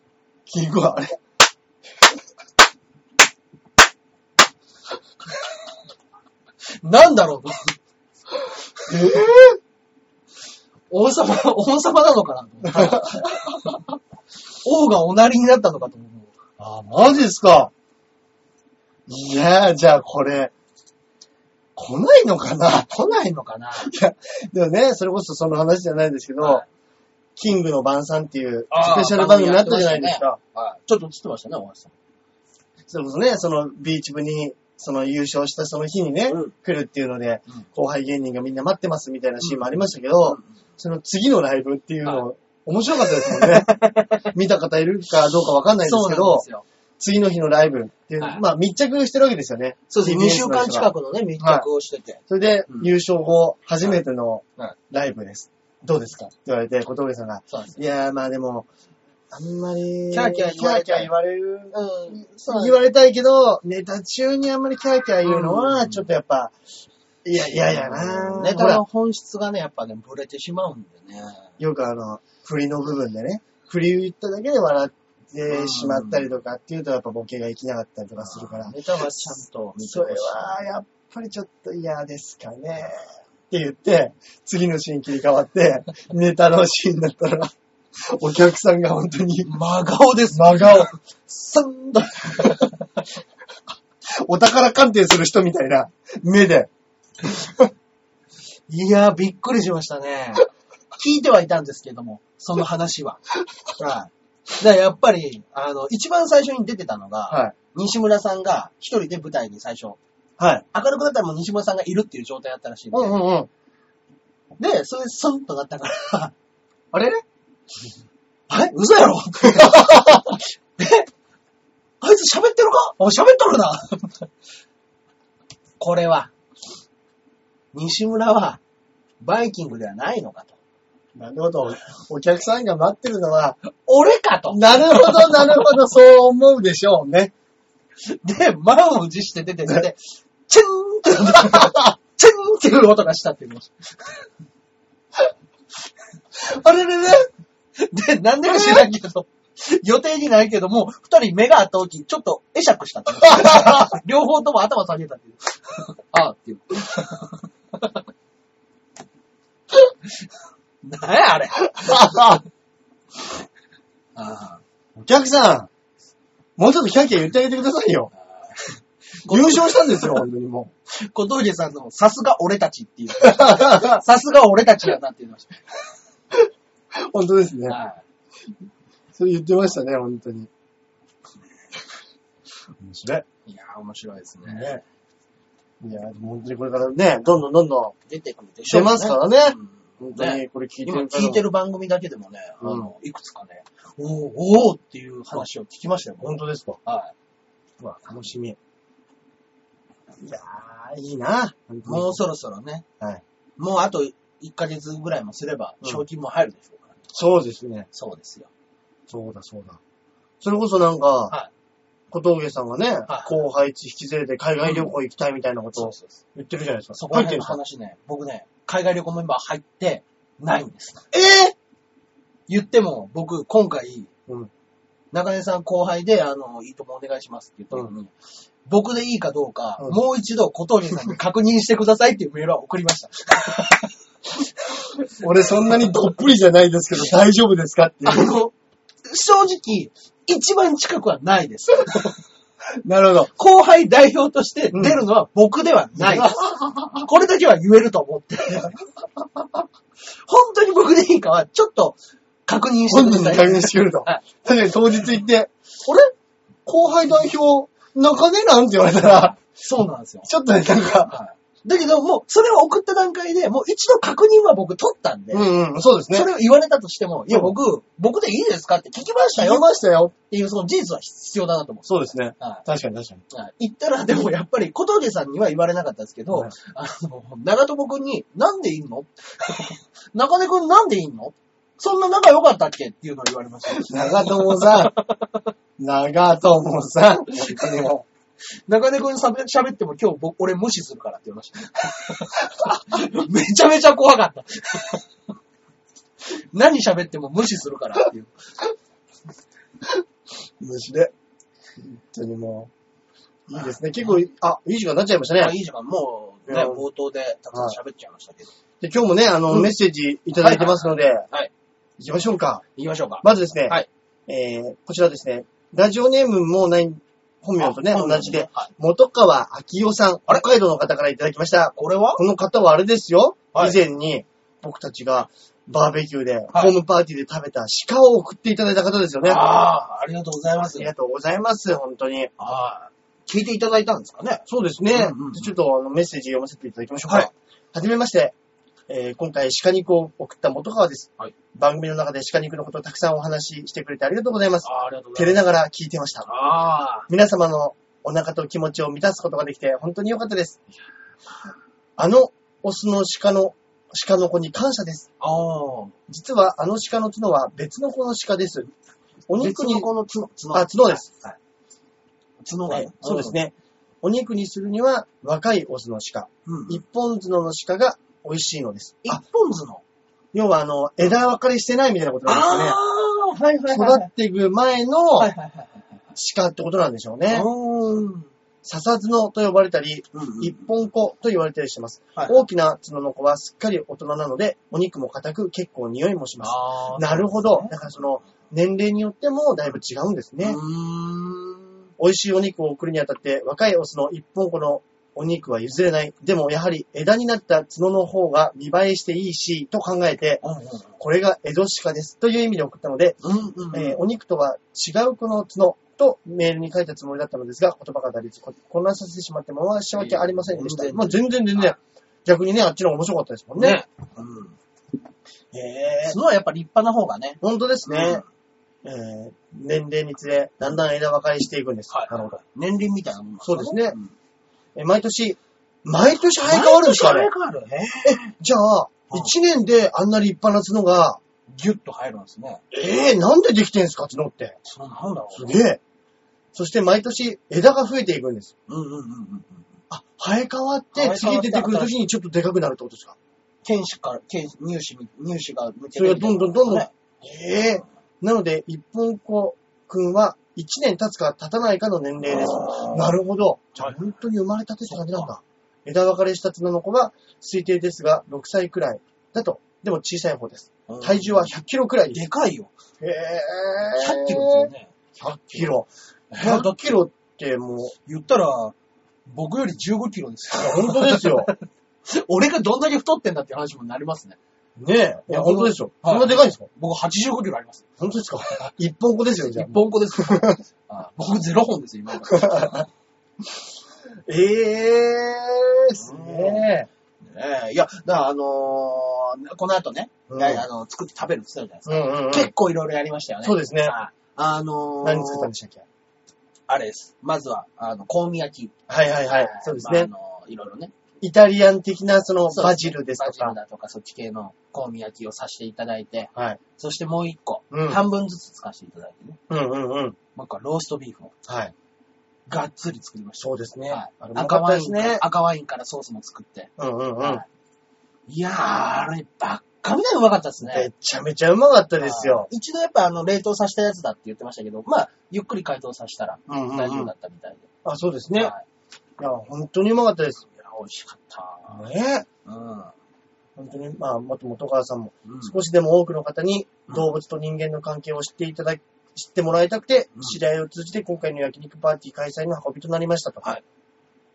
キングはあれいなんだろうとえ王様、王様なのかなと思ってはい 王がおなりになったのかと思う。ぇ、 あ、マジですか。いやー、じゃあこれ、来ないのかな来ないのかないや、でもね、それこそその話じゃないですけど、はいキングの晩餐っていうあースペシャル番組になったじゃないですか。はい。ちょっと映ってましたね、大橋さん。それこそね、そのビーチ部に、その優勝したその日にね、うん来るっていうので、うん後輩芸人がみんな待ってますみたいなシーンもありましたけど、その次のライブっていうの、面白かったですもん ね。見た方いるかどうかわかんないですそうけなんどで、すよ。次の日のライブっていう、はいまあ密着してるわけですよね。そうです。2 TBS 週の人間が近くのね、密着をしてて。それで、うん優勝後、初めてのはいライブです。どうですかって言われて、小峠さんが、そうなんですいやー、まあでも、あんまり、キャーキャー言わキャれたいーキャー言われる、うん。言われたいけど、ネタ中にあんまりキャーキャー言うのは、うんちょっとやっぱ、いや、いやいやなネほタのら、本質がね、やっぱね、ブレてしまうんでね。よくあの、振りの部分でね、振り言っただけで笑ってしまったりとかっていうと、やっぱボケが生きなかったりとかするから、ネタはちゃんと見てそほしれい。は、やっぱりちょっと嫌ですかね。って言って、次のシーン切り替わって、ネタのシーンだったら、お客さんが本当に、真顔です。真顔。すんだ。お宝鑑定する人みたいな目で、いやー、びっくりしましたね。聞いてはいたんですけども、その話は。はい。で、やっぱり、あの、一番最初に出てたのが、はい西村さんが一人で舞台に最初、はい。明るくなったらもう西村さんがいるっていう状態だったらしいんで、うんうんうん。で、それでスンとなったから、 あれあれ嘘やろ えあいつ喋ってるかあ、喋っとるな これは、西村は、バイキングではないのかと。なるほど。お客さんが待ってるのは、俺かと。なるほど、なるほど、そう思うでしょうね。で、満を持して出てきて、チェンって、チェンっていう音がしたって言いましあれれれた。で、なんでか知らんけど、予定にないけども、二人目があった時、ちょっと会釈したって言いました。両方とも頭下げたっていう。ああっていう。なんやあれ。あ お客さん、もうちょっとキャッキャ言ってあげてください よ。優勝したんです よ、本当にもう。あ小峠さんの、さすが俺たちっていう。さすが俺たちやなって言いまし本当ですねた。。はいそれ言ってましたね、本当に。面白い。いやー、面白いですね。ね。いや、でも本当にこれからね、どんどんどんど出てくるでん出ますからね。うん本当にこれ聞いてる今方も聞いてる番組だけでもね、あうんの、いくつかね、おーおーっていう話を聞きましたよ。本当ですか。はうわ、楽しみ。いやー、いいな。本い。も当うにそろそろね、はいもうあと1ヶ月ぐらいもすれば、うん賞金も入るでしょうから、ねそうですね。そうですよ。そうだ、そうだ。それこそなんか、は小峠さんがね、はい後輩地引き連れて海外旅行行きたいみたいなことそうをそうそう。言ってるじゃないですか。そこら入って辺るんのですか話ね、僕ね、海外旅行メンバー入ってないんです。え言っても、僕、今回、うん中根さん後輩で、あの、いいともお願いしますって言った時に、僕でいいかどうか、うんもう一度小峠さんに確認してくださいっていうメールは送りました。ー、俺そんなにどっぷりじゃないですけど大丈夫 ですかっていあう。の、正直、一番近くはないです。なるほど。後輩代表として出るのは僕では ないです。これだけは言えると思って。本当に僕でいいかは、ちょっと確認して本く人にださ確い。認してくる と。はい確かに当日行って、あれ後輩代表、中根なんて言われたら、そうなんですよ。ちょっとね、なんか、はいだけど、もう、それを送った段階で、もう一度確認は僕取ったんで、うんうん、そうですね。それを言われたとしても、いや、僕、僕でいいですかって聞きました言いよましたよ。っていう、その事実は必要だなと思う。そうですね。はい確かに確かに。はい言ったら、でもやっぱり、小峠さんには言われなかったですけど、はいあの、長友くんに、なんでいんの 中根くんなんでいんのそんな仲良かったっけっていうのを言われました。長友さん。長友さん。本当にも中根くん喋喋っても今日僕、俺無視するからって言いました。 めちゃめちゃ怖かった。 何喋っても無視するからっていう。う無視で。本当にもう。いいですね。結構、あ、いい時間になっちゃいましたまあねい。いじゃん、もうね、うん冒頭でたくさん喋っちゃいましたけど。で今日もね、あの、うんメッセージいただいてますので、はい。行きましょうか。行きましょうか。まずですね、はいえー、こちらですね、ラジオネームもない、本名とね、あ同じで、。はい元川明夫さん、あれ北海道の方からいただきました。これはこの方はあれですよ、はい以前に僕たちがバーベキューで、いホームパーティーで食べた鹿を送っていただいた方ですよね。あああー、ありがとうございますり。がとうございます、本当に。はい。聞いていただいたんですかね。そうですね。うんうんちょっとあのメッセージ読ませていただきましょうか。ははいい。はじめまして。えー今回鹿肉を送った元川です。はい番組の中で鹿肉のことをたくさんお話ししてくれてありがとうございます。ああ、ありがとうご照れながら聞いてました。ああ、皆様のお腹と気持ちを満たすことができて本当に良かったです。あのオスの鹿の、鹿の子に感謝です。ああ。実はあの鹿の角は別の子の鹿です。お肉に、この角、角あ、角です。角が、はいそうです。ね。お肉にするには若いオスの鹿、うん。一本角の鹿が美味しいのです。あ一、本角。要はあの、枝分かれしてないみたいなことなんですあー、はいはかね。いはい育はい。っていく前のはいはいはい鹿ってことなんでしょうはい。ね。うーん。笹角と呼ばれたり、うん一本子と言われたりしてます。はい大きな角の子はすっかり大人なので、お肉も硬く結構匂いもします。あーなるほど。だからその、年齢によってもだいぶ違うんですね。うーん。美味しいお肉を送るにあたって、若いオスの一本子のお肉は譲れない。でもやはり枝になった角の方が見栄えしていいし、と考えて、これが江戸鹿です。という意味で送ったので、うんうん。えーお肉とは違うこの角とメールに書いたつもりだったのですが、言葉が足りず、こ混乱させてしまって申し訳ありませんでした。いえいえまあ全然全然。逆にね、あっちの方が面白かったですもんね。。うん。ねえ角はやっぱ立派な方がね。本当ですうねん、えー年齢につれ、だんだん枝分かれしていくんです。はい。なるほど。。年輪みたいなもんなんかそうですねんえー毎年、毎年生え変わるんですかね毎年生え変わるね。じゃあ、うん1年であんな立派な角が、ギュッと入るんですね。えー、なんでできてんすか、角って。そうなんだろすう。げえ。そして毎年枝が増えていくんです。うんうんうんうん。あ、生え変わっ生えて変わって次出てくる時にちょっとでかくなるってことですか剣士から、剣士、入試、入試が向けそれがどんどんどんどんねええなので、一本子くんは1年経つか経たないかの年齢です。なるほど。じゃあ本当に生まれたてって感じなんだ。枝分かれした角の子は推定ですが、6歳くらいだと。でも小さい方です。体重は100キロくらいです。でかいよ。えす100キロですよね。よね。100キロ。いやだっ100てキロってもう、言ったら、僕より15キロです よ。本当です よ。俺がどんだけ太ってんだっていう話もなりますね。ねえ。いや、本当ですよ。はいそんなでかいんですか僕85キロあります。本当ですか一本子ですよ、じゃ一あ。本子 です。あ僕0本ですよ、今から。ええー、すげえ。ね えいや、だからあのーこの後ね、うんねあの作って食べるって言ってたじゃうんうん、うないん。ですか。結構いろいろやりましたよね。そうですねはいあのー何作ったんでしたっけあれです。まずは、あの、香味焼き。はいはいはい。そうですね。まああの、いろいろね。イタリアン的なそのそうバジルですとバジルか。だとか、そっち系の香味焼きをさせていただいて、はい。そしてもう一個、うん半分ずつ使わせていただいてね。うんうんうん。もう一個はローストビーフをはい。がっつり作りました。そうですね。はいあれも赤赤ワワイインンから、ね。赤ワインからソースも作って。うんうんうんは。いやー、あれ、ばっかみたいにうまかったですめね。ちゃめちゃうまかったですはいよ。一度やっぱあの、冷凍させたやつだって言ってましたけど、まあ、ゆっくり解凍させたらうんうん大丈う夫んだ。ったみたいで。あ、そうですね。いはいや、本当にうまかったです。いや、美味しかった。ねうん。本当に、まあ、元元川さんもうん少しでも多くの方にうん動物と人間の関係を知っていただ知ってもらいたくてう、ん知り合いを通じて今回の焼肉パーティー開催の運びとなりましたと。はい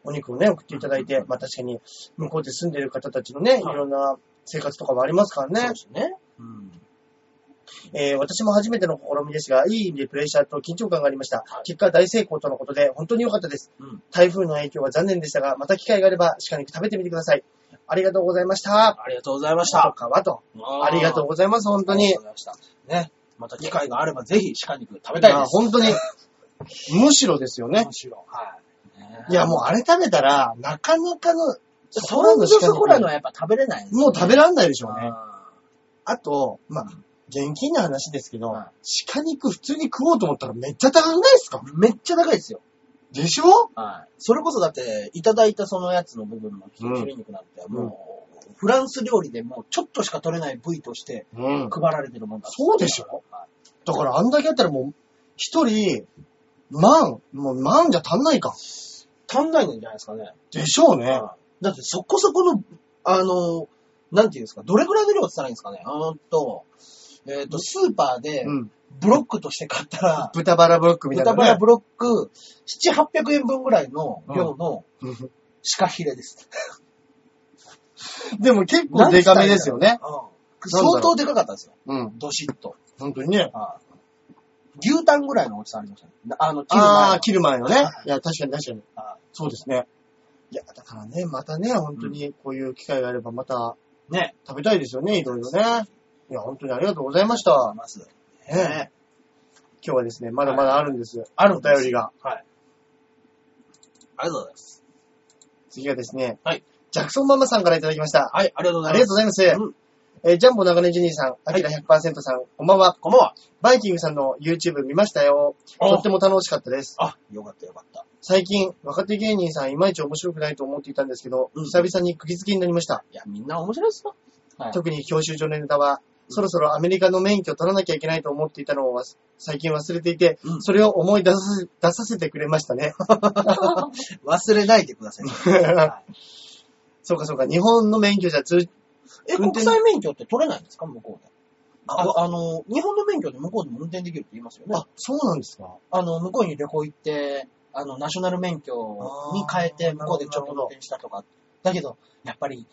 お肉をね、送っていただいて、まあ確かに、向こうで住んでる方たちのね、いろんな生活とかもありますからね。そうですね。うん。えー私も初めての試みですが、いい意味でプレッシャーと緊張感がありました。結果大成功とのことで、本当に良かったです。うん台風の影響は残念でしたが、また機会があれば鹿肉食べてみてください。ありがとうございました。ありがとうございましとた。かはと。あありがとううございます、本当に。ございました。ね。また機会があればぜひ鹿肉食べたいあです。本当に。むしろですよねむ。しろ。はい。ねいや、もうあれ食べたら、なかなかの、それのそこらのはやっぱ食べれないんですもう食べらんないでしょうね。ああと、まあ、現金の話ですけどは、鹿肉普通に食おうと思ったらめっちゃ高くないですかーめっちゃ高いですよ。でしょはい。それこそだって、いただいたそのやつの部分のうんひれ肉なんて、もう、フランス料理でもうちょっとしか取れない部位としてうん。配られてるもんだそうでしょはいだからあんだけやったらもう、一人、万、もう万じゃ足んないか。足んないんじゃないですかね。でしょうね。はいだってそこそこの、あの、なんていうんですか、どれぐらいの量って言ったらいいんですかね。うーんと、えっ、と、スーパーでうん。ブロックとして買った ら、豚バラブロックみたいな、豚ね。バラブロック、7、800円分ぐらいの量のロック。鹿ヒレです。 でも結構デカめですよね。うん相当でかかったんですよ。うん。どしっと。本当にね。牛タンぐらいの大きさありましたね。あの、切る前のああ、切る前のね。いや、確かに確かに。あそうですね。いや、だからね、またね、本当にこういう機会があればまたね。食べたいですよね、いろいろね。いや、本当にありがとうございましあたり。ます。ねね今日はですね、まだまだあるんです。あるお便りが。はい。ありがとうございます。次がですね、はい。ジャクソンママさんからいただきました。はい、ありがとうござあいりがまと。すうございます。えージャンボ長年ジニーさん、アキラ100%さん、こんばんは。こんばんは。バイキングさんの YouTube 見ましたよ。とっても楽しかったです。あ、よかったよかった。最近、若手芸人さんいまいち面白くないと思っていたんですけど、うん久々に釘付けになりました。いや、みんな面白いっすよ。はい。特に教習所のネタは、そろそろアメリカの免許を取らなきゃいけないと思っていたのを忘最近忘れていて、うんそれを思い出させ出させてくれましたね。忘れないでください。 はいそうかそうか、日本の免許じゃ通じ、え、運国転際免許って取れないんですか向こうで。あ、あの、日本の免許で向こうでも運転できるって言いますよね。あ、そうなんですか。あの、向こうに旅行行って、あの、ナショナル免許に変えあて、ー向こうでちょっなるほと運ど転したとか。だけど、やっぱり、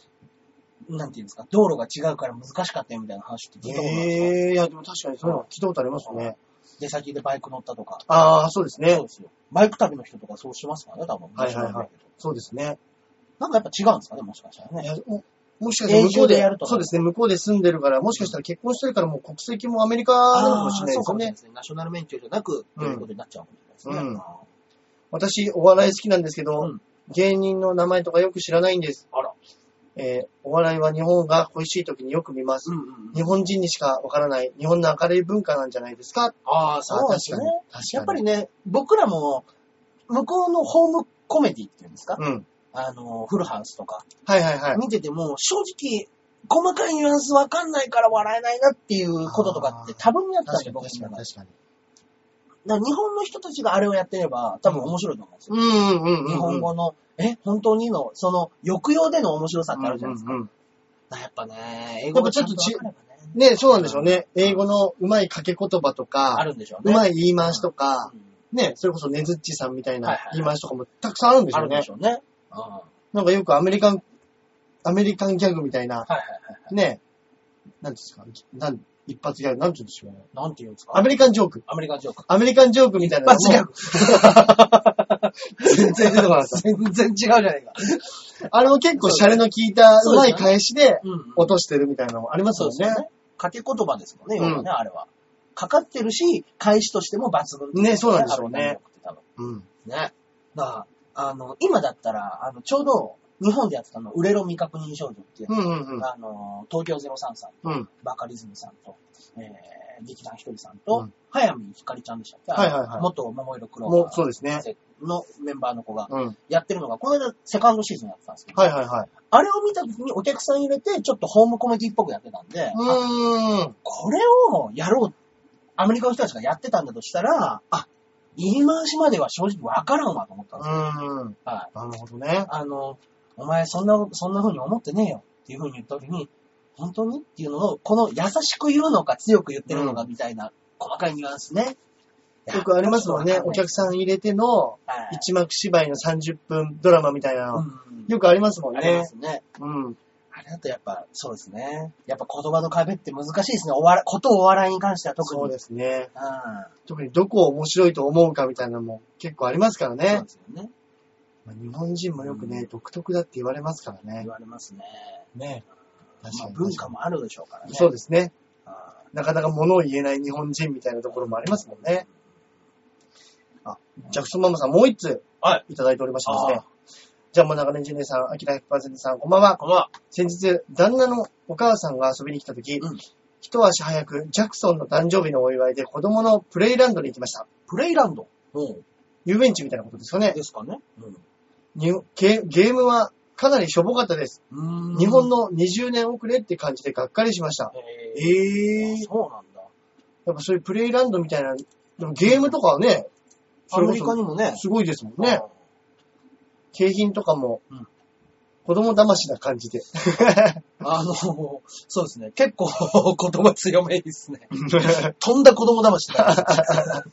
なんていうんですか、道路が違うから難しかったよみたいな話って聞いたことないですか、ええー、いや、でも確かにそういうの聞いたことありますね。出先でバイク乗ったとか。ああ、そうですねそう。ですよ。バイク旅の人とかそうしますからね、多分。はいはいはいナショナル免許とかそうですね。なんかやっぱ違うんですかね、もしかしたらいね。やももしかしたら向こう永住ででやるとそうですね、向こうで住んでるから、もしかしたら結婚してるからもう国籍もアメリカなのかもしれないそでうすかよもしれなねいで。すね。ナショナル免許じゃなく、ということになっちゃうかもしれないですね。私、お笑い好きなんですけど、うん芸人の名前とかよく知らないんです。あら。えーお笑いは日本が恋しい時によく見ます。うんうんうん。日本人にしかわからない日本の明るい文化なんじゃないですかああ、そうですあね確。や確っぱかに。りね、僕らも、向こうのホームコメディっていうんですか、うん。あの、フルハウスとか、はいはいはい。見てても、正直、細かいニュアンスわかんないから笑えないなっていうこととかって多分やったん確で、かに僕確のかに確中で。かに。だから日本の人たちがあれをやってれば、多分面白いと思うんですよ。うんうんうんうん。日本語の、え、本当にの、その、抑揚での面白さってあるじゃないですか。うんうんうんやっぱね、英語がちょっとちゃんとわかればね、ね、そうなんでしょうね。英語のうまい掛け言葉とあか、るんでしょううね。まい言い回しとか、うんね、それこそネズッチさんみたいはいなはい言い回しとかもたくさんあるんでしあょうるんね。でしょうね。うんはいなんかよくアメリカン、アメリカンギャグみたいな、はいはい。ね、なんですか、なん一発ギャグ、なんて言うんでしょうね。なんて言うんですアかメリカンジョーク。アメリカンジョーク。アメリカンジョークみたいな。一発グ。全然出てこな かっ全然違うじゃないか。た。あれも結構シャレの効いたそううまですいよね返しでうん落としてるみたいなのもありますそうよですよね。ね。掛け言葉ですもんね、う要んはね、あれは。かかってるし、返しとしても抜群ねそうなんでしょうね。あの僕って多分うん。ね。だからあの、今だったら、あの、ちょうど、日本でやってたの、売れろ未確認少女っていう、うんうんあの、東京03さん、うん。うん。バカリズムさんと、えー、劇団ひとりさんうとん、早見ひかりちゃんでしたっけはいはいはい元桃色黒もう、そうですね。のメンバーの子がうん。はいやってるのが、この間セカンドシーズンやってたんですけど、はいはい。あれを見た時にお客さん入れて、ちょっとホームコメディっぽくやってたんで、あうーん。これをやろう。アメリカの人たちがやってたんだとしたら、あ、言い回しまでは正直わからんわと思ったんうですよ。ーん。はい。なるほどね。あの、お前そんな、そんな風に思ってねえよっていう風に言った時に、本当にっていうのを、この優しく言うのか強く言ってるのかみたいな、細かいニュアンスね。よくありますもんね。お客さん入れてのはい。一幕芝居の30分ドラマみたいなうの。んよくありますもんありねま。すね。うん。あれだとやっぱ、そうですね。やっぱ言葉の壁って難しいですね。お笑い、ことお笑いに関しては特に。そうですね。あ特にどこを面白いと思うかみたいなのも結構ありますからあ、そうねで。すよね。まあ日本人もよくね、うん独特だって言われますからね言。われますね。ね。確まかあに。文化もあるでしょうからね。そうですね。あなかなか物を言えない日本人みたいなところもありますもんね。ジャクソンママさんもう一通はいただいておりましてですあね。じゃあもう長年ジュニアさん、アキラ100%さん、こんばんは。こんばんは。先日、旦那のお母さんが遊びに来た時、うん一足早くジャクソンの誕生日のお祝いで子供のプレイランドに行きました。ープレイランド。うん。遊園地みたいなことですよね。ですかね。うんにゲゲームはかなりしょぼかったです。うーん日本の20年遅れって感じでがっかりしました。ええーあそうなんだ。やっぱそういうプレイランドみたいな、でもゲームとかはね、アそれこメリカそにもね。すごいですもんね。景品とかもうん、子供騙しな感じで。あの、 そうですね。結構 言葉強めで すね。飛んだ子供騙しだ。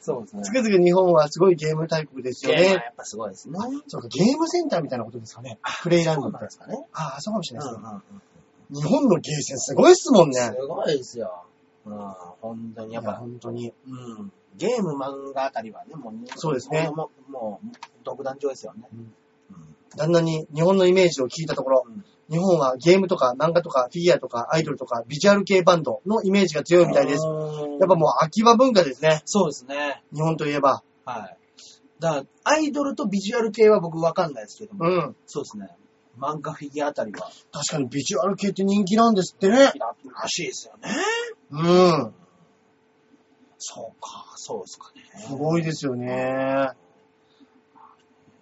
そうですねつ。くづく日本はすごいゲーム大国ですよゲームはね。やっぱすごいですね。そうか、ゲームセンターみたいなことですかね。プレイランそドうっなんてで。すかね。ああ、そうかもしれないですね。うん日本のゲーセンすごいっすもんね。すごいですよ。うん、本当にやっいやぱ、本当に。うん、ゲーム漫画あたりはね、もう日本そうですねもうもう、独壇場ですよね。うんうん旦那に日本のイメージを聞いたところ、うん日本はゲームとか漫画とかフィギュアとかアイドルとかビジュアル系バンドのイメージが強いみたいです。ややっぱもう秋葉文化ですね。そうですね。日本といえば。はい。だから、アイドルとビジュアル系は僕わかんないですけども、うん。そうですね。漫画フィギュアあたりは、確かにビジュアル系って人気なんですってね。らしいですよね。うん。そうか、そうですかね。すごいですよね。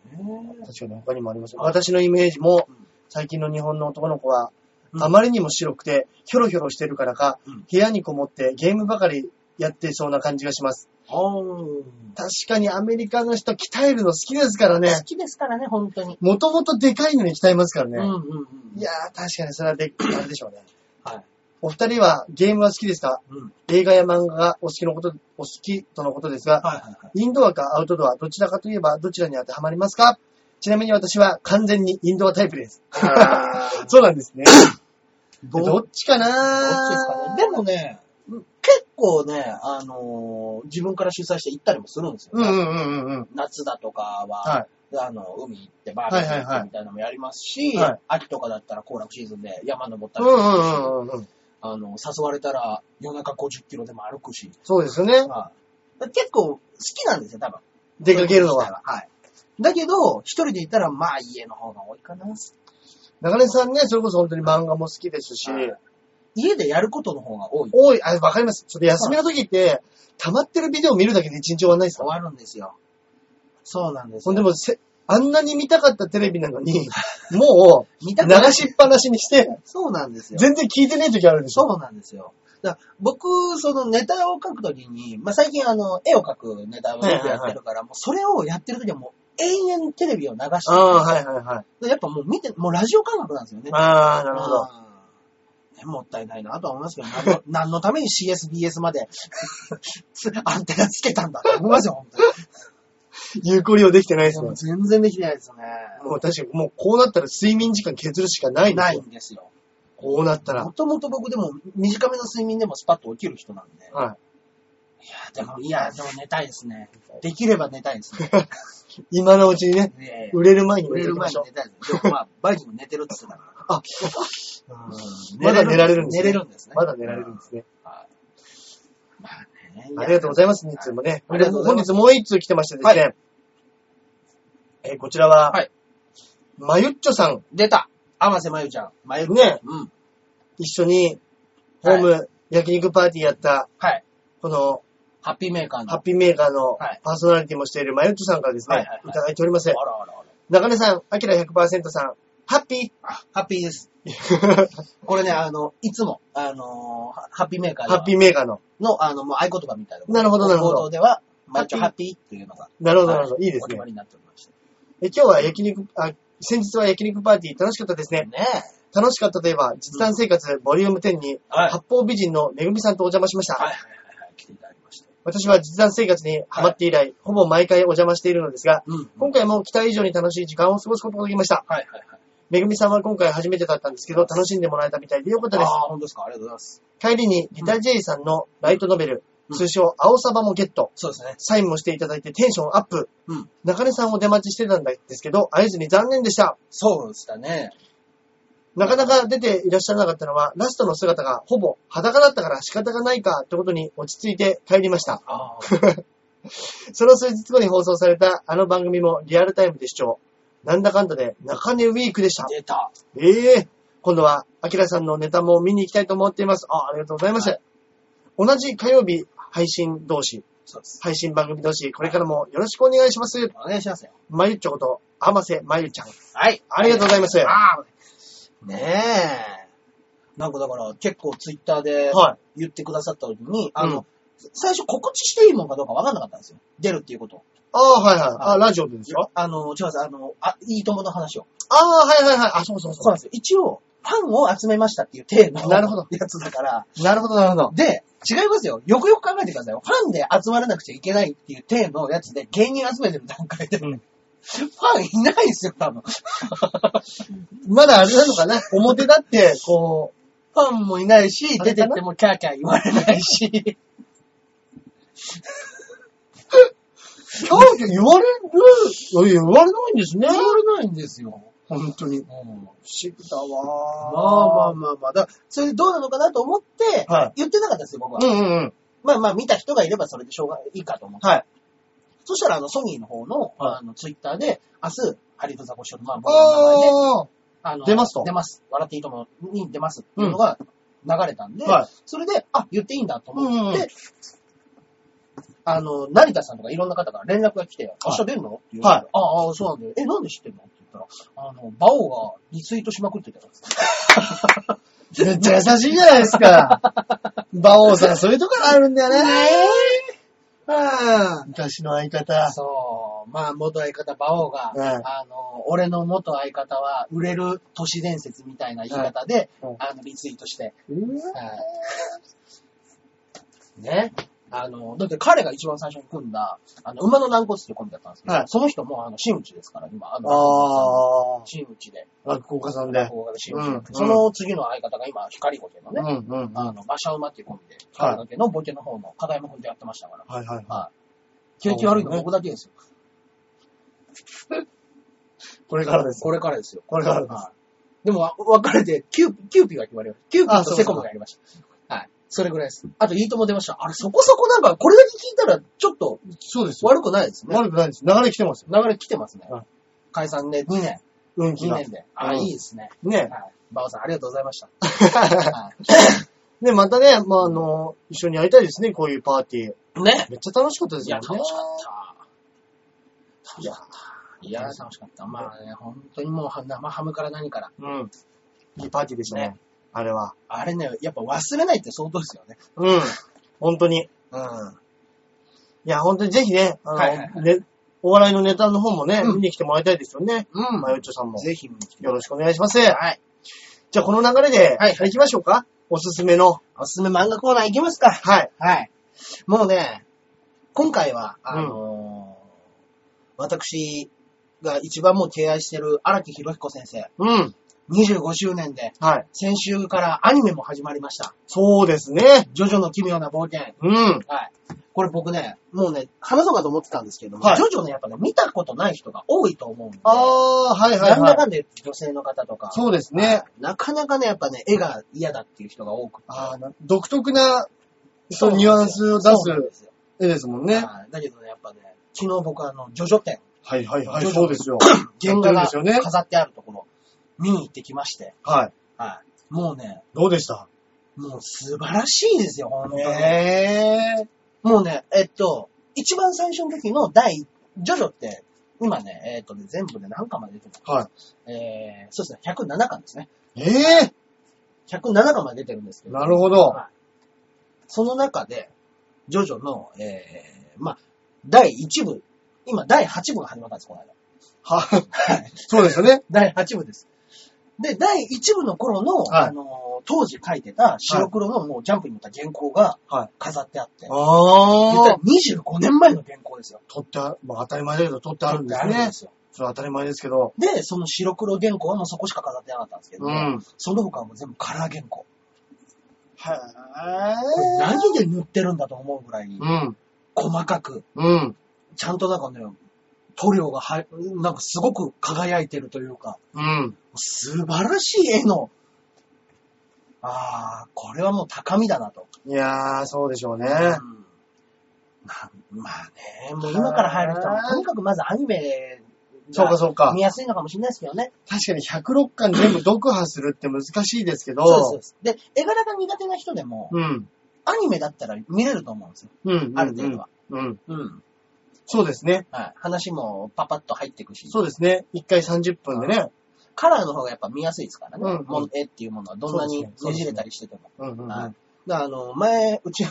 ね確かに他にもあります。私のイメージもうん、最近の日本の男の子は、うんあまりにも白くて、ひょろひょろしてるからか、うん部屋にこもってゲームばかりやってそうな感じがします。おー確かにアメリカの人鍛えるの好きですからね好。きですからね、本当に。もともとでかいのに鍛えますからうんね。うんうん。いやー、確かにそれはで、あれでしょうね。はい。お二人はゲームは好きですかうん。映画や漫画がお好きのこと、お好きとのことですが、はいはいはい。インドアかアウトドア、どちらかといえばどちらに当てはまりますかちなみに私は完全にインドアタイプです。 そうなんですね。どどっちかなどっちですかね。でもね、結構ね、あのー自分から主催して行ったりもするんですよ、うねんうんうんうんうん。夏だとかはは、あの、海行ってバーベキュー行ってみたいなのもやりますし、はいはい秋とかだったら行楽シーズンで山登ったうりとんかうするし、んうんうん。あの、誘われたら夜中50キロでも歩くし、そうですよね。はい結構好きなんですよ、多分。出かけるのは。。はい。だけど、一人でいたら、まあ家の方が多いかな。中根さんね、それこそ本当に漫画も好きですし、はい家でやることの方が多い。多い、あ、わかります。それ休みの時って、溜まってるビデオ見るだけで一日終わんないですか終わるんですよ。そうなんですほんでよ。もうせ、あんなに見たかったテレビなのに、もう、見た流くないしっぱなしにして、そうなんですよ。全然聞いてない時あるでしょそうなんですよ。だから僕、そのネタを書くときに、まあ、最近あの、絵を描くネタをよくやってるから、もうそれをやってるときはもう永遠テレビを流してああ、はるいはいはい。で、やっぱもう見て、もうラジオ感覚なんですよね。ああ、なるほど。うんねもったいないなとは思いますけど、何の何のために CSBS まで アンテナつけたんだと思いますよ、本当に有効利用できてないでですもね。全然できてないですよね。もう確かに、もうこうなったら睡眠時間削るしかないんですなよいんですよ。こうなったらも。ともと僕でも短めの睡眠でもスパッと起きる人なんで。はいや、でも、いや、でも寝たいですね。できれば寝たい ですね。い。今のうちにね、ねえ売れる前に売寝れてるおきま前しょに寝たいですね。でもまあ、バイキング寝てるって言ってたから。 あうんまだ寝られるんですね寝れるんですう。ね。まだ寝られるんですね。まあね。ありがとうございます、は2通もね。ありがとうございます本日もう1通来てましてですね。えーこちらは、はいまゆっちょさん、出た天瀬まゆちゃん。まゆちゃん。ねうん。一緒に、ホーム焼肉パーティーやった、はい。この、ハッピーメーカーの。ハッピーメーカーのはいパーソナリティもしているまゆっちょさんからですね、はいいはいはいただいております。あらあらあら。中根さん、あきら100%さん、ハッピあハッピーです。ーこれね、あの、いつも、あのー、ハハッピーメーカーハッピーーメーカーの。の、あの、もう合言葉みたいな。なるほどなるほど冒頭では、毎日ハッピーっていうのが。なるほど、なるほど。はいいですお決ねま。りになっておりまして。え今日は焼肉、あ、先日は焼肉パーティー楽しかったですね。ねえ。楽しかったといえば、実弾生活ボリューム10に、はい八方美人のめぐみさんとお邪魔しました。はいはいはいはい。来ていただきまして。私は実弾生活にハマって以来、ほぼ毎回お邪魔しているのですが、うん。今回も期待以上に楽しい時間を過ごすことができました。はいはいはい。めぐみさんは今回初めてだったんですけど、楽しんでもらえたみたいでよかったあです。あ、本当ですか。ありがとうございます。帰りにギター J さんのライトノベル、うん通称青サバもゲット、そうですね。サインもしていただいてテンションアップ。うん中根さんを出待ちしてたんですけど、会えずに残念でした。そうでしたね。なかなか出ていらっしゃらなかったのは、ラストの姿がほぼ裸だったから仕方がないかってことに落ち着いて帰りました。 ああ。その数日後に放送されたあの番組もリアルタイムで視聴。なんだかんだで中根ウィークでした。出た。ええ今度は、アキラさんのネタも見に行きたいと思っています。あありがとうございます。は同じ火曜日配信同士、そうです。配信番組同士、これからもよろしくお願いします。お願いしますよ。まゆっちょこと、あませまゆちゃん。はい。ありがとうございますああ。ねえ。なんかだから、結構ツイッターでは言ってくださった時に、あうんの、最初告知していいもんかどうか分かんなかったんですよ。出るっていうことを。ああ、はいはい。ああ、ラジオでですよ。あの、違うんです。あの、あ、いい友の話を。ああ、はいはいはい。あ、そうそうそうそなんですよ。一応、ファンを集めましたっていう体のなるほどやつだから。う。なるほど、なるほど。で、違いますよ。よくよく考えてくださいよ。ファンで集まらなくちゃいけないっていう体のやつで芸人集めてる段階で、うんファンいないですよ、多分。まだあれなのかな表だって、こファンもいないし、あ出れてかっなてもキャーキャー言われないし。う、教育言われる、いや言われないんですね。言われないんですよ。本当に。うん不思議だわまあままあまあまあ。だからそれでどうなのかなと思って、はい言ってなかったんですよ、僕は。うんうんうん。まあまあ、見た人がいればそれでしょうがいいかと思って。はい。そしたら、あの、ソニーの方の、はいあの、ツイッターで、明日、ハリウッドザコシショウの、まあ、僕の名前で、ああ。あの、出ますと出ます。笑っていいともに出ますっていうのが流れたんで、はいそれで、あ、言っていいんだと思って、うんうんあの、成田さんとかいろんな方から連絡が来て、明日出るのって言われて、ああ、そうなんだよ。え、なんで知ってるのって言ったら、あの、バオがリツイートしまくってたから。めっちゃ優しいじゃないです か。馬王さん、そういうところあるんだよね。あ昔の相方。そう。まあ、元相方、馬王が、はいあの、俺の元相方は、売れる都市伝説みたいな言い方で、はいはいあの、リツイートして、はい。 ね。あの、だって彼が一番最初に組んだ、あの、馬の軟骨っていうコンビだったんですけど、はいその人も、あの、真打ちですから、今、あの、ああ。真打ちで、落語家さんで。こう真打ちでうんその次の相方が今、光御家のうね、んうんうん。あはの、馬車馬っていうコンビで、光御家のボケの方の片山君とやってましたから、いはいはい。景気悪いのここだけですよ。これからです。これからですよ。これからですはいでも、わ別れて、キュー、キューピーが決まりました。キューピあーそとうそセうコムがやりました。はい。それぐらいです。あと、いいとも出ました。あれ、そこそこなんか、これだけ聞いたら、ちょっとそうですよ。悪くないですね。悪くないです。流れ来てますよ。流れ来てますねはい。解散で2年、運気2が。年で。あ、うんいいですね。はねい。。バオさん、ありがとうございまし た。はいね、またね、まあ、あの、一緒にやりたいですね、こういうパーティー。ね。めっちゃ楽しかったですいや、よね。楽しかった。いやいや、楽しかった。まあね、本当にもう、生ハムから何から。うん。いいパーティーでしたねね。あれは。あれね、やっぱ忘れないって相当ですよね。うん。本当に。いうん。や、本当にぜひね、あの、はいはいはね、お笑いのネタの方もね、うん見に来てもらいたいですよね。うん。まゆっちょさんも。ぜひ見に来てくださいよろしくお願いします。はい。じゃあ、この流れで、はい行きましょうか。おすすめの。おすすめ漫画コーナー行きますか。はい。はい。もうね、今回は、あのー私が一番もう敬愛してる荒木博彦先生、うん。 25周年で、はい。先週からアニメも始まりました。そうですね。ジョジョの奇妙な冒険。うん。はい。これ僕ね、もうね、話そうかと思ってたんですけども、はいジョジョね、やっぱね、見たことない人が多いと思うんで、あー、はいはいなんだはかい。んだ言って女性の方とか、そうですね。なかなかね、やっぱね、絵が嫌だっていう人が多くて。あーな独特な、そう、そうニュアンスを出そうなんですすよ絵ですもんね。はいだけどね、やっぱね、昨日僕あの、ジョジョ展、はいはいはい。徐々そうです よ。原画やがってるんですよね飾ってあるところ、見に行ってきまして、はい。はい。もうね、どうでしたもう素晴らしいですよ、本当に。えー。もうね、えっと、一番最初の時の第一、ジョジョって、今ね、えっとね、全部で何巻まで出てるはえー、そうですね、107巻ですね。い。え107巻まで出てるんですけー、ど、なるほど。はいその中で、ジョジョの、えー、まあ、第1部、今第8部が始まったんです、この間。 は、そうですよね。第8部です。で、第1部の頃の、はいあの、当時書いてた白黒のもうジャンプに載った原稿がはい飾ってあって、言ったあらあ。 25年前の原稿ですよ。取ってあ、まあ当たり前だけど取ってあるんですあるんねで。すよ。それは当たり前ですけど。で、その白黒原稿はもうそこしか飾ってなかったんですけど、うんその他はもう全部カラー原稿。はこれ何で塗ってるんだと思うぐらい、うん。細かく、うん。ちゃんとなんかね、塗料がは、なんかすごく輝いてるというか、うん。素晴らしい絵の、ああ、これはもう高みだなと。いやー、そうでしょうね。うんままあね、もう今から入る人は、とにかくまずアニメそうかがそうか見。やすいのかもしれないですけどね。確かに106巻全部読破するって難しいですけど。そうですそうです。で、絵柄が苦手な人でも、うん。アニメだったら見れると思うんですよ。うん。うんある程度は。。うん。うん。そうですね。はい。話もパパッと入ってくし、そうですね。1回30分でね。カラーの方がやっぱ見やすいですからね。うんも絵っていうものはどんなにねじれたりしてても。うんうんうん。はい。だからあの、前、うちの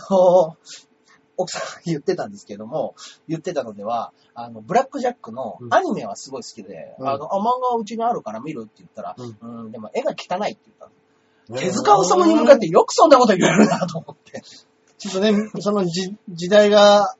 奥さんが言ってたんですけども、言ってたのでは、あの、ブラックジャックのうんアニメはすごい好きで、うんあの、あ、漫画はうちにあるから見るって言ったら、うんうん、でも絵が汚いって言ったのね手塚治虫に向かってよくそんなこと言えるなと思 って。ちょっとね、そのじ時代が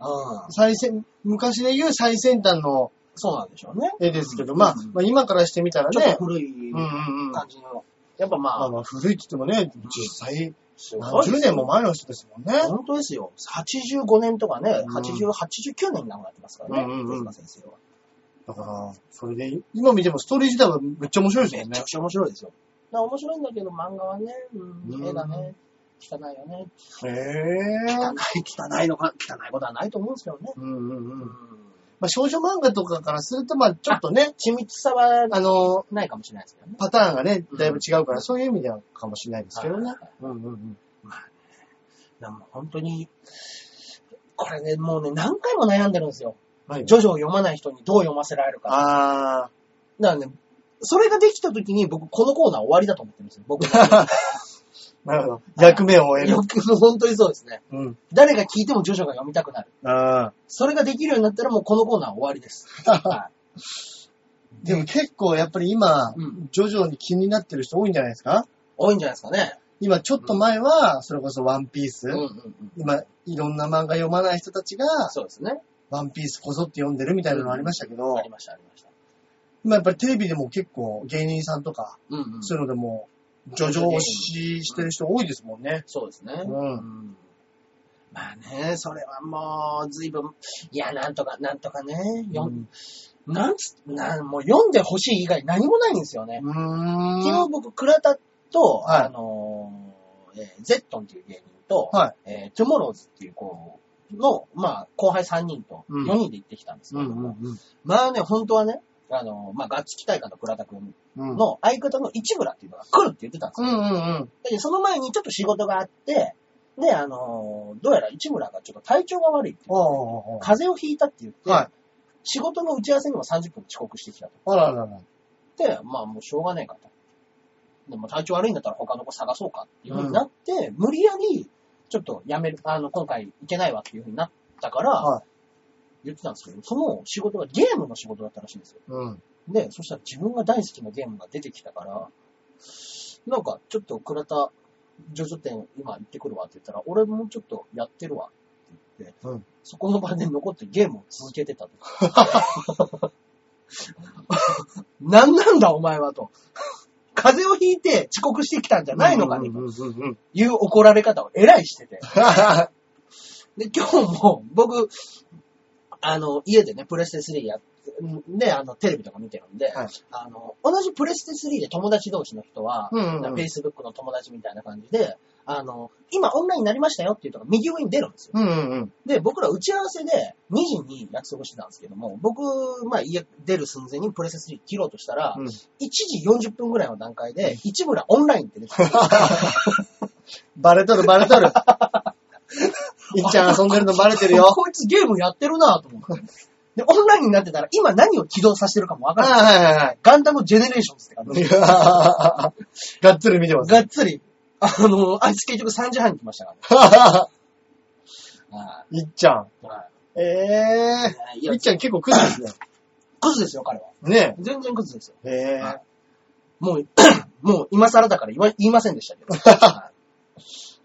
うん。最先、昔で言う最先端のそうなんでしょうね。絵ですけど、うんまあうん、まあ今からしてみたらちょっねと、古いうんうんうん。ま感じの。やっぱまあ、あまあ古いって言ってもね、実際、すご何いです十よ年も前の人ですもんね。 本当ですよ。85年とかね、うん80、89年に亡くなってますからね、うんうんうん手塚先生は。だから、それで、今見てもストーリー自体はめっちゃ面白いですめもんちねゃく。ちゃ面白いですよ。だから面白いんだけど、漫画はね、ううんん、絵がね、汚いよへね。汚ぇー。い、汚いのか、汚いことはないと思うんですけどね。うんうんうんうん。。まあ少女漫画とかからすると、まあちょっとね、緻密さはあの、ないかもしれないですけどね。パターンがね、だいぶ違うかうら、んそういう意味ではかもしれないですけどねはい。だかうんうんうん。らもう本当に、これね、もうね、何回も悩んでるんですよ。はいジョジョを読まない人にどう読ませられるか。あだからね、それができた時に僕、このコーナー終わりだと思ってるんですよ。 僕、ー、なるほど。役目を終えるよ。く、本当にそうですね。うん。誰が聞いてもジョジョが読みたくなる。ああ。それができるようになったらもうこのコーナー終わりです。 はでも結構やっぱり今、うん徐々に気になってる人多いんじゃないですかい多いんじゃないですかね。今ちょっと前は、それこそワンピース、うんうんうん。今いろんな漫画読まない人たちが、そうですね。ワンピースこぞって読んでるみたいなのありましたけど、ありました、ありました。今やっぱりテレビでも結構芸人さんとか、うんうん。そういうのでも、ジョジョ推ししてる人多いですもんね。そうですね。うんんまあね、それはもう、ずいぶん、いや、なんとか、なんとかね、よんなんつ、なん、もう読んでほしい以外何もないんですよね。うーん。昨日僕、倉田と、はいあのー、えーゼットンっていう芸人と、はい。えートゥモローズっていう子の、まあ、後輩3人とうん4人で行ってきたんですけども、うんまあね、本当はね、あの、まあ、ガッツ期待感の倉田くんうん。うんの相方の市村っていうのが来るって言ってたんですうよ。んうんだけどその前にちょっと仕事があって、で、あの、どうやら市村がちょっと体調が悪いって言ってうん。あ風邪をひいたって言って、あ。はい。仕事の打ち合わせにも30分遅刻してきたと。あららら。で、まあもうしょうがねえかと。でも体調悪いんだったら他の子探そうかっていう風になって、無理やり、ちょっとやめる、あの、今回行けないわっていう風になったから、は言ってたんですけど、その仕事がゲームの仕事だったらしいんですよ。うん。で、そしたら自分が大好きなゲームが出てきたから、なんかちょっと倉田、ジョジョ店今行ってくるわって言ったら、俺もちょっとやってるわって言って、うんそこの場で残ってゲームを続けてたと。なんなんだお前はと。風邪をひいて遅刻してきたんじゃないのかねうんとうんうんうん。いう怒られ方を偉いしてて。で、今日も僕、あの、家でね、プレステ3やって、で、あの、テレビとか見てるんで、はいあの、同じプレステ3で友達同士の人は、うんうんうん Facebook の友達みたいな感じで、あの、今オンラインになりましたよっていうとが右上に出るんですよ。 うんうんうん。で、僕ら打ち合わせで2時に約束してたんですけども、僕、まあ家出る寸前にプレステ3切ろうとしたら、うん1時40分ぐらいの段階で、市村オンラインって出てきてバレとる、バレ とる。いっちゃん遊んでるのバレてるよ。こいつゲームやってるなぁと思って。で、オンラインになってたら、今何を起動させてるかもわあからない。はいはいはい。ガンダムジェネレーションズって感いじ。やーがっつり見てます。がっつり。あの、あいつ結局3時半に来ましたからね。は いっちゃん。いはええいいー。や いっ、ちゃん結構クズですね。クズですよ、彼は。ね全然クズですよ。え。へはーいもう、 もう今更だから言わ言いませんでしたけど。はい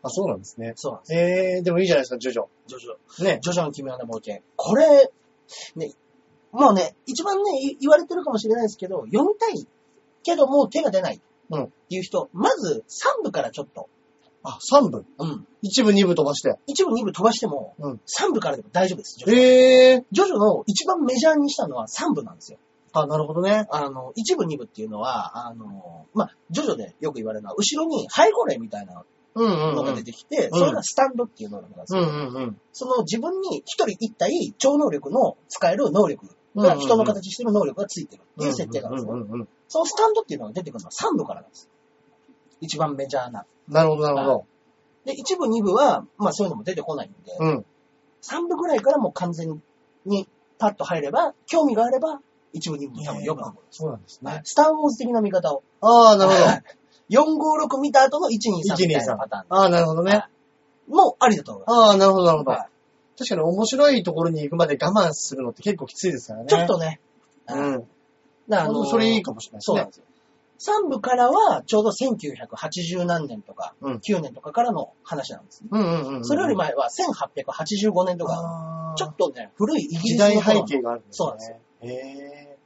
あ、そうなんですね。そうなんです。えー、でもいいじゃないですか、ジョジョ。ジョジョね。ジョジョの奇妙な冒険。これ、ね、もうね、一番ね、い言われてるかもしれないですけど、読みたいけどもう手が出ない。うんっていう人、まず3部からちょっと。あ、3部。うん。 1部、2部飛ばして。 1部、2部飛ばしても、うん3部からでも大丈夫です。ジョジョえー。ジョジョの一番メジャーにしたのは3部なんですよ。あ、なるほどね。あの、1部、2部っていうのは、あの、まあ、ジョジョでよく言われるのは、後ろに背後霊みたいなうんうのん、うが出ん。てきて、うんそれがスタンドっていう能力なんですうよ。んうんうん。その自分に一人一体超能力の使える能力が、人の形してる能力がついてるっていう設定なんですうんよ。うんうんうん。そのスタンドっていうのが出てくるのは3部からなんですよ。一番メジャーな。なるほど、なるほど。で、1部、2部は、まあそういうのも出てこないんで、うん。 3部ぐらいからもう完全にパッと入れば、興味があれば、1部、2部も多分読むと思うそうなんですね。スターウォーズ的な見方を。あー、なるほ ど。 456見た後の123みたいなパタあー、なるほどね。ーンもうありだと思います。あー、なるほど、なるほど。は確かに面白いところに行くまで我慢するのって結構きついですからね。いちょっ。とね。うん。だからあのそれいいかもしれないですそうなんねで。すよ。3部からは、ちょうど1980何年とか、うん9年とかからの話なんですね。うんうんうんうん。それより前は1885年とか、あーちょっとね、古いイギリ時スの代頃背の景があるんですそうなんね。ですへ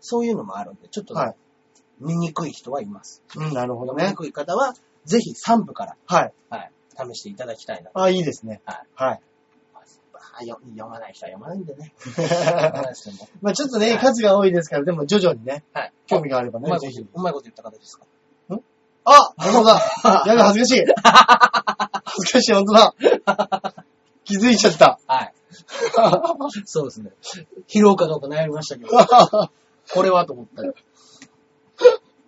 そういうのもあるんで、ちょっとね、はい見にくい人はいます。ぇー。うん、なるほど見にね。くい方は、ぜひ3部から、はい。はい、試していただきたいなとあ、いいですね。はいはい。 あよ読まない人は読まないんでね。まあちょっとね、数が多いですから、でも徐々にね、はい。興味があればうねまい、ことぜ言ひう。まいこと言った方ですかあ本当 だやべ、恥ずかしい恥ずかしい、本当だ気づいちゃった。 はい。 そうですね。拾うかどうか悩みましたけど、これはと思ったよ。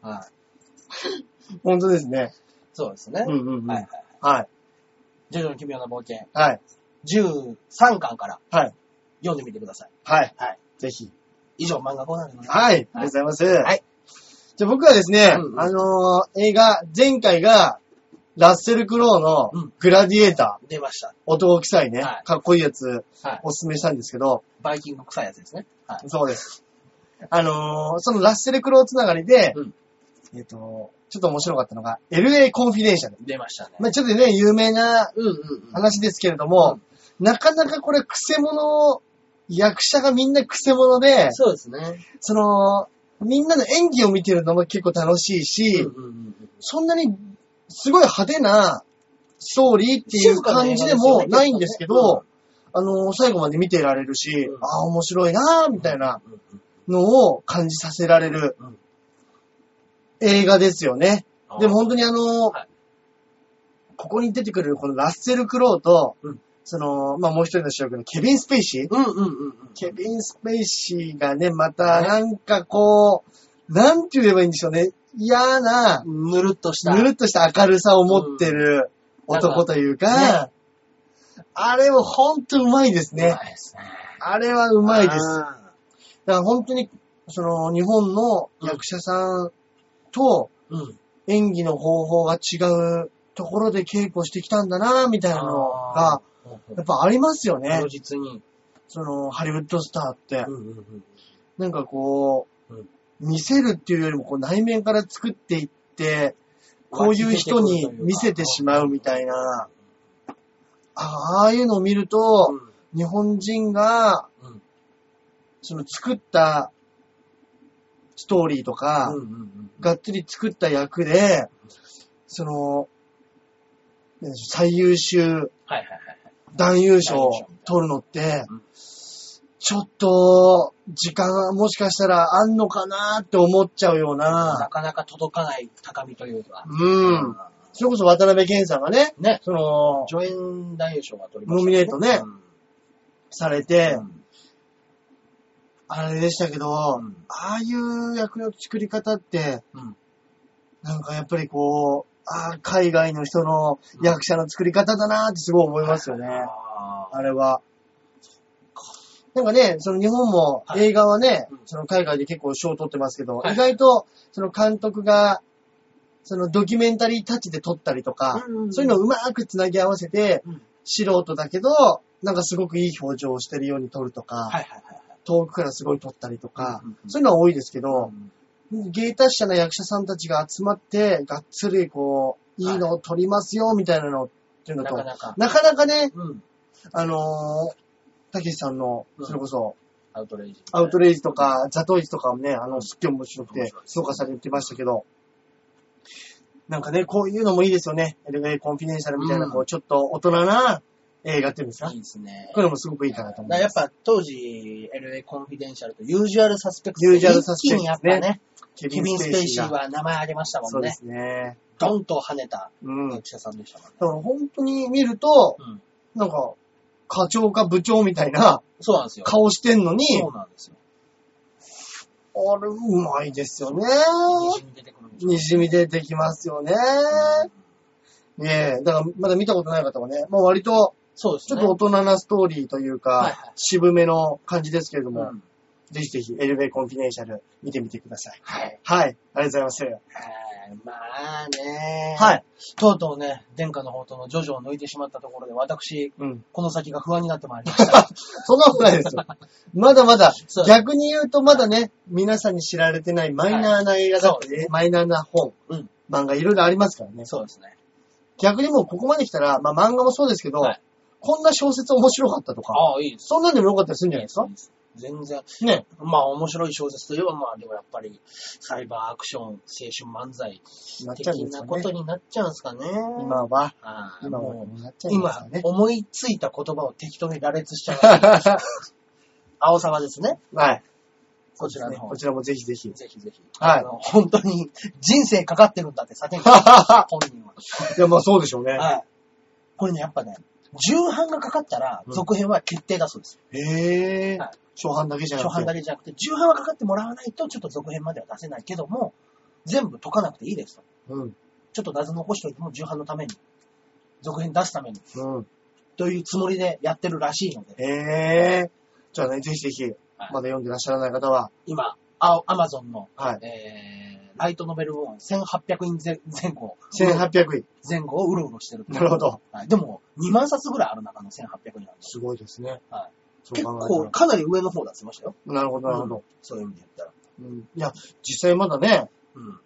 はい。本当ですね。そうですね。うんうんうん。はいはい。はい。ジョジョの奇妙な冒険、はい。 13巻からはい。読んでみてください。はい。はい。ぜひ。以上、漫画コーナーでございます。。はい。ありがとうございます。はいじゃあ僕はですね、うんうんあのー映画、前回が、ラッセル・クロウうのんグラディエーター、出ました。男臭いね、はいかっこいいやつ、はい。おすすめしたんですけど、バイキング臭いやつですね。はい。そうです。あのーそのラッセル・クロウつながりで、うんえっ、と、ちょっと面白かったのが、LA コンフィデンシャル。出ましたね。まあ、ちょっとね、有名なうんうんうん。話ですけれども、なかなかこれ、クセ者、役者がみんなクセ者で、そうですね。その、みんなの演技を見てるのも結構楽しいし、うんうんうんうんそんなにすごい派手なストーリーっていう感じでもないんですけど、、あの、最後まで見てられるし、うんああ、面白いなーみたいなうんうんうんのを感じさせられるうん映画ですよね。うんでも、本当にあの、はいここに出てくるこのラッセル・クロウと、うんその、まあ、もう一人の主役のケビン・スペイシー。うんうんうんうん。ケビン・スペイシーがね、またなんかこう、なんて言えばいいんでしょうね。嫌な、ぬるっとした。ぬるっとした明るさを持ってるうん男というなんか、あれはほんとうまいですうねま。いですね。あれはうまいです。あだから本当に、その日本の役者さんとー。うん。演技の方法が違うところで稽古してきたんだな、みたいなのが、やっぱありますよね如。実に。そのハリウッドスターってう。んうんうん。なんかこううん、見せるっていうよりもこう内面から作っていって、こういう人に見せてしまうみたいな、あああいうのを見るうと、ん日本人が、うんその作ったストーリーとかう、んうんがっつり作った役で、その、なんでしょう最優秀はいはいはい。男優賞を男優賞取るのってうん、ちょっと、時間がもしかしたらあんのかなって思っちゃうようなな、かなか届かない高みというか。うん。それこそ渡辺謙さんがね、ね。その、助演男優賞が取りました。ノミネートねされて、うん。あれでしたけど、うんああいう役の作り方って、うんなんかやっぱりこう、ああ、海外の人の役者の作り方だなってすごい思いますよね。あーあれは。なんかね、その日本もはい映画はね、うんその海外で結構賞を取ってますけど、はい意外とその監督が、そのドキュメンタリータッチで撮ったりとか、うんうんうんそういうのをうまく繋ぎ合わせて、うん素人だけど、なんかすごくいい表情をしてるように撮るとか、はいはいはいはい。遠くからすごい撮ったりとか、うんうんうんそういうのは多いですけど、うん芸達者な役者さんたちが集まって、がっつりこう、いいのを撮りますよ、みたいなのっていうのなと、かなか。なかなかね、うん。あのー、たけしさんの、それこそ、アウトレイジ。アウトレイジとか、ザトイジとかもね、あの、すっげえ面白く面て白い、です評価されてましたけど、なんかね、こういうのもいいですよね。エレベーコンフィデンシャルみたいな、うんこう、ちょっと大人な映画っていうんですか。いいですね。これもすごくいいかなと思いだからまやすっ。ぱ当時、LA コンフィデンシャルとユージュアルサスペクト。ユージュアルサスペクト一気にやっぱね、ケケビン・スペイシーがは名前あげましたもそうんでね。すね。ドンと跳ねたうん。だ役者さんでしたからね。から本当に見ると、うん。なんか、課長か部長みたいなそうなんですよ。顔してんのに、そうなんですよ。あれ、うまいですよね。虹に出てくるんでしょにじみ出てきますよね。ねえ、だからまだ見たことない方はね、まあ割と、そうですちょね。っと大人なストーリーというか、はいはい渋めの感じですけれども、うんぜひぜひ、エルベイコンフィデンシャル見てみてください。はい。はい、ありがとうございます。はい。まあね。はい。とうとうね、殿下の宝刀のジョジョを抜いてしまったところで、私、うん。この先が不安になってまいり ました。そんなことないです よ。まだまだそう、逆に言うとまだね、皆さんに知られてないマイナーな映画だったりね、マイナーな本、うん漫画いろいろありますからね。そうですね。逆にもうここまで来たら、まあ漫画もそうですけど、はいこんな小説面白かったとか、ああ、いいです。そんなんでもよかったりするんじゃないですか全然。ね。まあ、面白い小説といえば、まあ、でもやっぱり、サイバーアクション、青春漫才なっちゃうん的ですなよこねと。になっちゃうんですかね。今は、ああ今はもこうなっちうゃいます今かね、。思いついた言葉を適当に羅列しちゃう。は 青沢ですね。い。こちらの方こ。ちらもぜひぜひ。ぜひぜひ。 はいあの本当に、人生かかってるんだって叫んでる 本人は。いや、まあそうでしょうね。はい。これね、やっぱね、重版がかかったらう、ん続編は決定だそうです。へえはい。初版だけじゃなく初て。版だけじゃなくて、重版はかかってもらわないと、ちょっと続編までは出せないけども、全部解かなくていいですと。うん。ちょっと謎残しておいても、重版のために、続編出すために、うん。というつもりでやってるらしいので、へえ。じゃあね、ぜひぜひ、はいまだ読んでらっしゃらない方は、今、アアマゾンの、はい。えー、ライトノベル本1800円前前後、 1800位。前後をうろうろしてるとなるほど。はい、でも、2万冊ぐらいある中の1800円なんですごいですね。はい。そう結考え構、かなり上の方だって言ってましたよ。たら。なるほど、なるほど。そういう意味で言ったら。うん。いや、実際まだね、うん。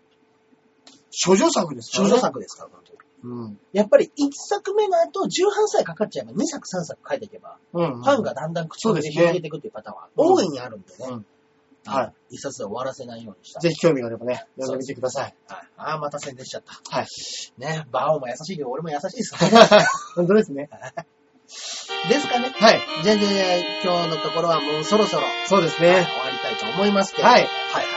諸女作ですから少ね。女作ですから、本当に。うん。やっぱり1作目の後、18歳かかっちゃえば2作3作書いていけば、うん。ファンがだんだん口を広げていくっていうパターンは大いにあるんでね。。うんはい一冊で終わらせないようにした。ぜひ興味があればね、読んでみてください。はい、ああ、また宣伝しちゃった。はい。ね、バオも優しいけど、俺も優しいです からね。本当ですね。ですかね。はい。じゃあ、じゃあじゃあ今日のところはもうそろそろ、そうですはいね。終わりたいと思いますけど。はいはいはいはい。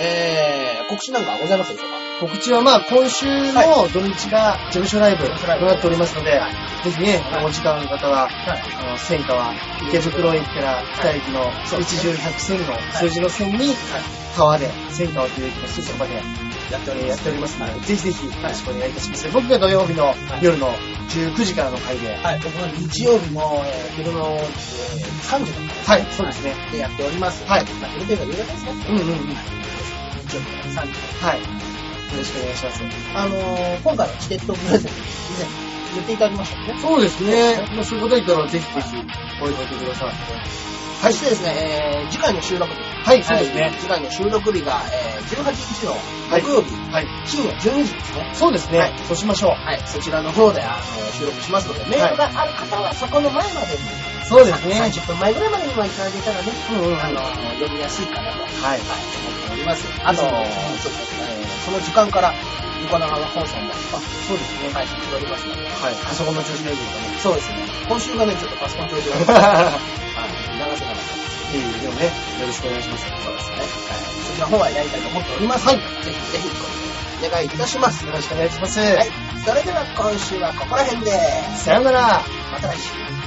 えー、告知なんかはございますでしょうか告知はまあ今週の土日が事務所ライブとなっておりますのでは、ぜひね、あはいのお時間の方は、はい。あの、戦火は池袋駅から北駅のそうです一重百戦の数字の線に川で、戦火をという駅のすぐそばでやっておりえーまやす。っておりますのはで、ぜひぜひよろしくお願いいたします。僕が土曜日の夜の19時からの会で、はい、僕は日曜日の、えー、昼の、えー、3時だったはかい、そうですね。でやっております。はいまあ、昼というか夕方ですね。うんうんうん。日曜日の3時。はい。よろしくお願いします。あのー、今回のチケットプレゼント、以前言っていただきましたよね。そうですね。もうそういうこと言ったらぜひぜひ覚えておいてください。そしてですね、えー、次回の収録日。はい、そうですね。次回の収録日が、えー、18日の木曜日、はい。深夜12時ですね。そうですね。はいそうしましょう。はい、そちらの方で、あの、収録しますので、メールがある方はそこの前までに、そうですね。 30分前ぐらいまでに今いただけたらね、うんうんうんあの、読みやすいかなはい。と。はい、思っております。あと、そうですね、その時間から、横長の本線も、そうですね、配信しておりますので、はい。パソコンの調子がいいですかね。そうですね、今週がね、ちょっとパソコン調 子が、 はい、長瀬長瀬、いいでもね、よろしくお願いします。そうですね、はい、そちらの方はやりたいと思っております。はい、ぜひぜひ、お願いいたします。よろしくお願いします。はい、それでは今週はここら辺で、さよなら。また来週。